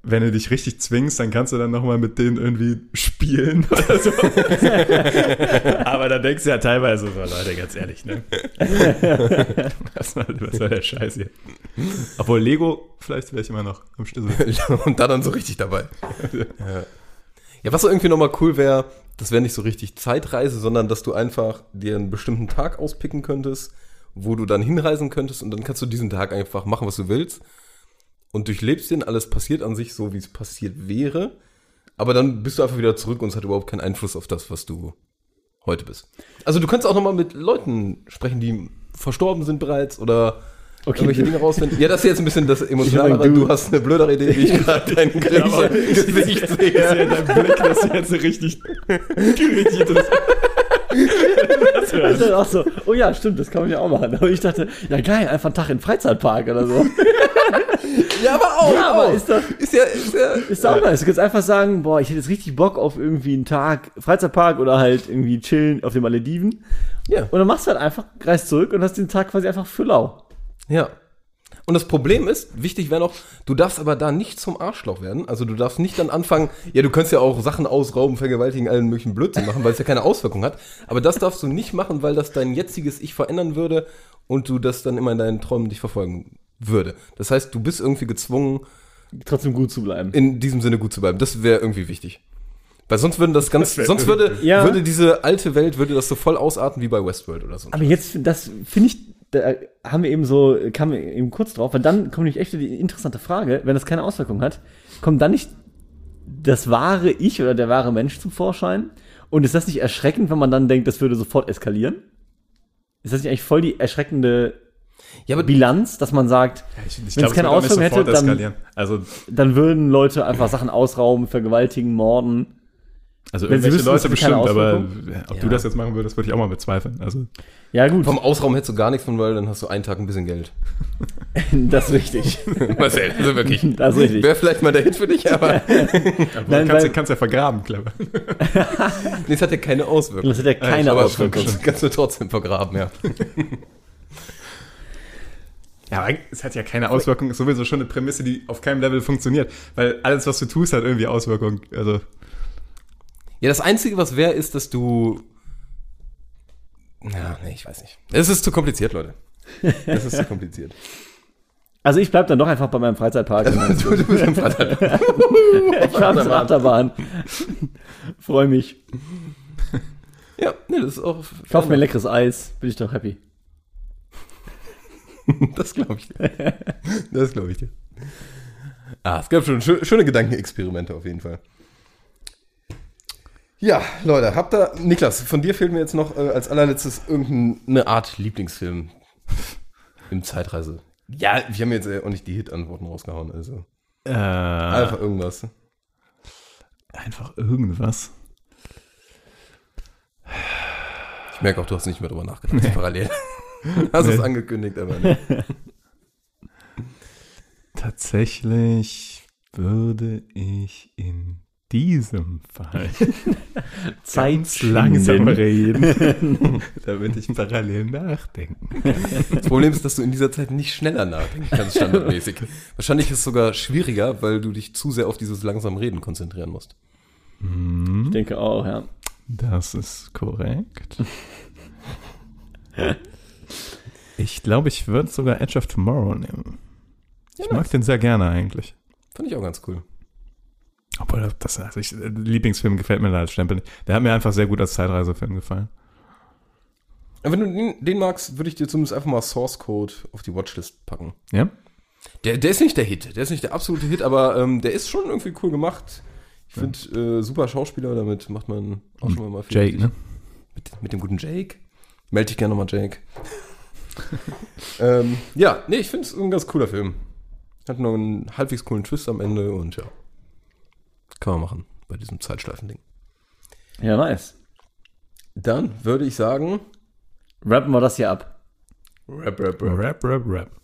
S1: wenn du dich richtig zwingst, dann kannst du dann nochmal mit denen irgendwie spielen [laughs] oder so. aber dann denkst du ja teilweise so, Leute, ganz ehrlich, ne? was, soll, was soll der Scheiß hier? Obwohl Lego, vielleicht wäre ich immer noch am [laughs] Schlüssel.
S3: [laughs] und da dann so richtig dabei. ja. ja, was irgendwie nochmal cool wäre, das wäre nicht so richtig Zeitreise, sondern dass du einfach dir einen bestimmten Tag auspicken könntest, wo du dann hinreisen könntest und dann kannst du diesen Tag einfach machen, was du willst und durchlebst den, alles passiert an sich so, wie es passiert wäre, aber dann bist du einfach wieder zurück und es hat überhaupt keinen Einfluss auf das, was du heute bist. Also du kannst auch nochmal mit Leuten sprechen, die verstorben sind bereits oder irgendwelche Dinge rausfinden. Ja, das ist jetzt ein bisschen das Emotionale,
S4: Ich
S3: weil
S4: mein,
S3: du
S4: du-
S3: hast eine blödere Idee, wie [laughs] ich gerade dein
S1: aber-
S3: Genau, [laughs] Gesicht
S1: Ich
S3: sehe.
S1: sehe in deinem Blick, dass du jetzt so richtig, [laughs] richtig interessiert
S4: Das ist dann auch so, oh ja, stimmt, das kann man ja auch machen. Aber ich dachte, ja geil, einfach einen Tag in den Freizeitpark oder so.
S3: Ja, aber
S1: Oh,
S3: auch.
S4: Ja, aber ist doch-
S3: ist ja, ist ja,
S4: Ist auch nice. Du kannst einfach sagen, boah, ich hätte jetzt richtig Bock auf irgendwie einen Tag Freizeitpark oder halt irgendwie chillen auf den Malediven.
S3: ja.
S4: Und dann machst du halt einfach, reist zurück und hast den Tag quasi einfach für lau.
S3: Ja. Und das Problem ist, wichtig wäre noch, du darfst aber da nicht zum Arschloch werden. Also du darfst nicht dann anfangen, ja, du kannst ja auch Sachen ausrauben, vergewaltigen, allen möglichen Blödsinn machen, weil es ja keine Auswirkung hat. Aber das darfst du nicht machen, weil das dein jetziges Ich verändern würde und du das dann immer in deinen Träumen dich verfolgen würde. Das heißt, du bist irgendwie gezwungen,
S4: Trotzdem gut zu bleiben.
S3: in diesem Sinne gut zu bleiben. Das wäre irgendwie wichtig. Weil sonst würden das ganz,
S1: wär
S3: sonst würde,
S4: Ja.
S3: würde diese alte Welt, würde das so voll ausarten wie bei Westworld oder so.
S4: Aber jetzt, das finde ich, da haben wir eben so, kamen wir eben kurz drauf, weil dann kommt nämlich echt die interessante Frage, wenn das keine Auswirkung hat, kommt dann nicht das wahre Ich oder der wahre Mensch zum Vorschein? Und ist das nicht erschreckend, wenn man dann denkt, das würde sofort eskalieren? Ist das nicht eigentlich voll die erschreckende
S3: Ja, aber
S4: Bilanz, dass man sagt,
S1: Ich, ich
S4: Wenn es
S1: glaube, es
S4: keine
S1: wird auch nicht
S4: Auswirkung hätte,
S1: sofort
S4: dann-
S1: eskalieren. Also,
S4: dann würden Leute einfach Sachen ausrauben, vergewaltigen, morden?
S1: also
S4: Wenn sie
S1: irgendwelche
S4: wissen,
S1: Leute
S4: es hat
S1: bestimmt,
S4: keine
S1: aber ob du
S3: Ja.
S1: das jetzt machen würdest, würde ich auch mal bezweifeln. Also,
S4: Ja gut,
S3: vom Ausraum hättest du gar nichts von, weil dann hast du einen Tag ein bisschen Geld.
S4: [laughs] das ist richtig.
S3: [laughs] Marcel, also wirklich.
S4: Das ist [laughs] richtig.
S3: Wäre vielleicht mal der Hit
S4: [laughs]
S3: für dich, aber
S1: Nein, kannst,
S4: weil-
S1: du kannst ja vergraben, clever.
S3: das hat ja keine Auswirkungen.
S4: Das hat ja keine
S3: aber
S4: Auswirkung.
S3: Das kannst du trotzdem vergraben, ja.
S1: Ja, aber es hat ja keine Auswirkung, ist sowieso schon eine Prämisse, die auf keinem Level funktioniert, weil alles, was du tust, hat irgendwie Auswirkungen. Also, [laughs]
S3: Ja, das Einzige, was wäre, ist, dass du. Ja, nee, ich weiß nicht. Es ist zu kompliziert, Leute. Es ist
S4: [laughs]
S3: zu kompliziert. [laughs]
S4: Also ich bleib dann doch einfach bei meinem Freizeitpark.
S3: du, du bist im Vater.
S4: Ich fahr zur Achterbahn. Freue mich.
S3: Ja, nee, das ist auch.
S4: Ich kaufe mir leckeres Eis, bin ich doch happy.
S3: Das glaube ich dir. Das glaube ich dir. Ah, es gab schon schö- schöne Gedankenexperimente auf jeden Fall. Ja, Leute, habt ihr. Niklas, von dir fehlt mir jetzt noch äh, als allerletztes irgendeine Art Lieblingsfilm im Zeitreise. Ja, wir haben jetzt äh, auch nicht die Hit-Antworten rausgehauen, also.
S1: äh,
S3: Einfach irgendwas.
S1: einfach irgendwas.
S3: Ich merke auch, du hast nicht mehr drüber nachgedacht, parallel. [laughs] Hast es angekündigt, aber nee.
S1: Tatsächlich würde ich in diesem [laughs] Fall
S4: Zeit
S1: langsam reden, [laughs] damit ich parallel nachdenken
S3: Das Problem ist, dass du in dieser Zeit nicht schneller nachdenken kannst, standardmäßig. Wahrscheinlich ist es sogar schwieriger, weil du dich zu sehr auf dieses langsam Reden konzentrieren musst.
S1: Mhm.
S4: Ich denke auch, ja.
S1: Das ist korrekt. [laughs] ich glaube, ich würde sogar Edge of Tomorrow nehmen. Ich mag den sehr gerne eigentlich.
S3: Fand ich auch ganz cool.
S1: Obwohl, das, also ich, Lieblingsfilm gefällt mir da als Stempel nicht. Der hat mir einfach sehr gut als Zeitreisefilm gefallen.
S3: Wenn du den, den magst, würde ich dir zumindest einfach mal Source Code auf die Watchlist packen.
S1: Ja?
S3: Der, der ist nicht der Hit, der ist nicht der absolute Hit, aber ähm, der ist schon irgendwie cool gemacht. Ich finde, äh, super Schauspieler, damit macht man auch schon mal viel.
S1: Jake, ne?
S3: Mit, mit dem guten Jake. Melde dich gerne nochmal, Jake. [laughs] ähm, ja, nee, ich finde es ein ganz cooler Film. Hat noch einen halbwegs coolen Twist am Ende und ja. Kann man machen bei diesem Zeitschleifending.
S4: Ja, nice.
S3: Dann würde ich sagen,
S4: Rappen wir das hier ab.
S3: rap, rap, rap.
S1: Rap, rap, rap.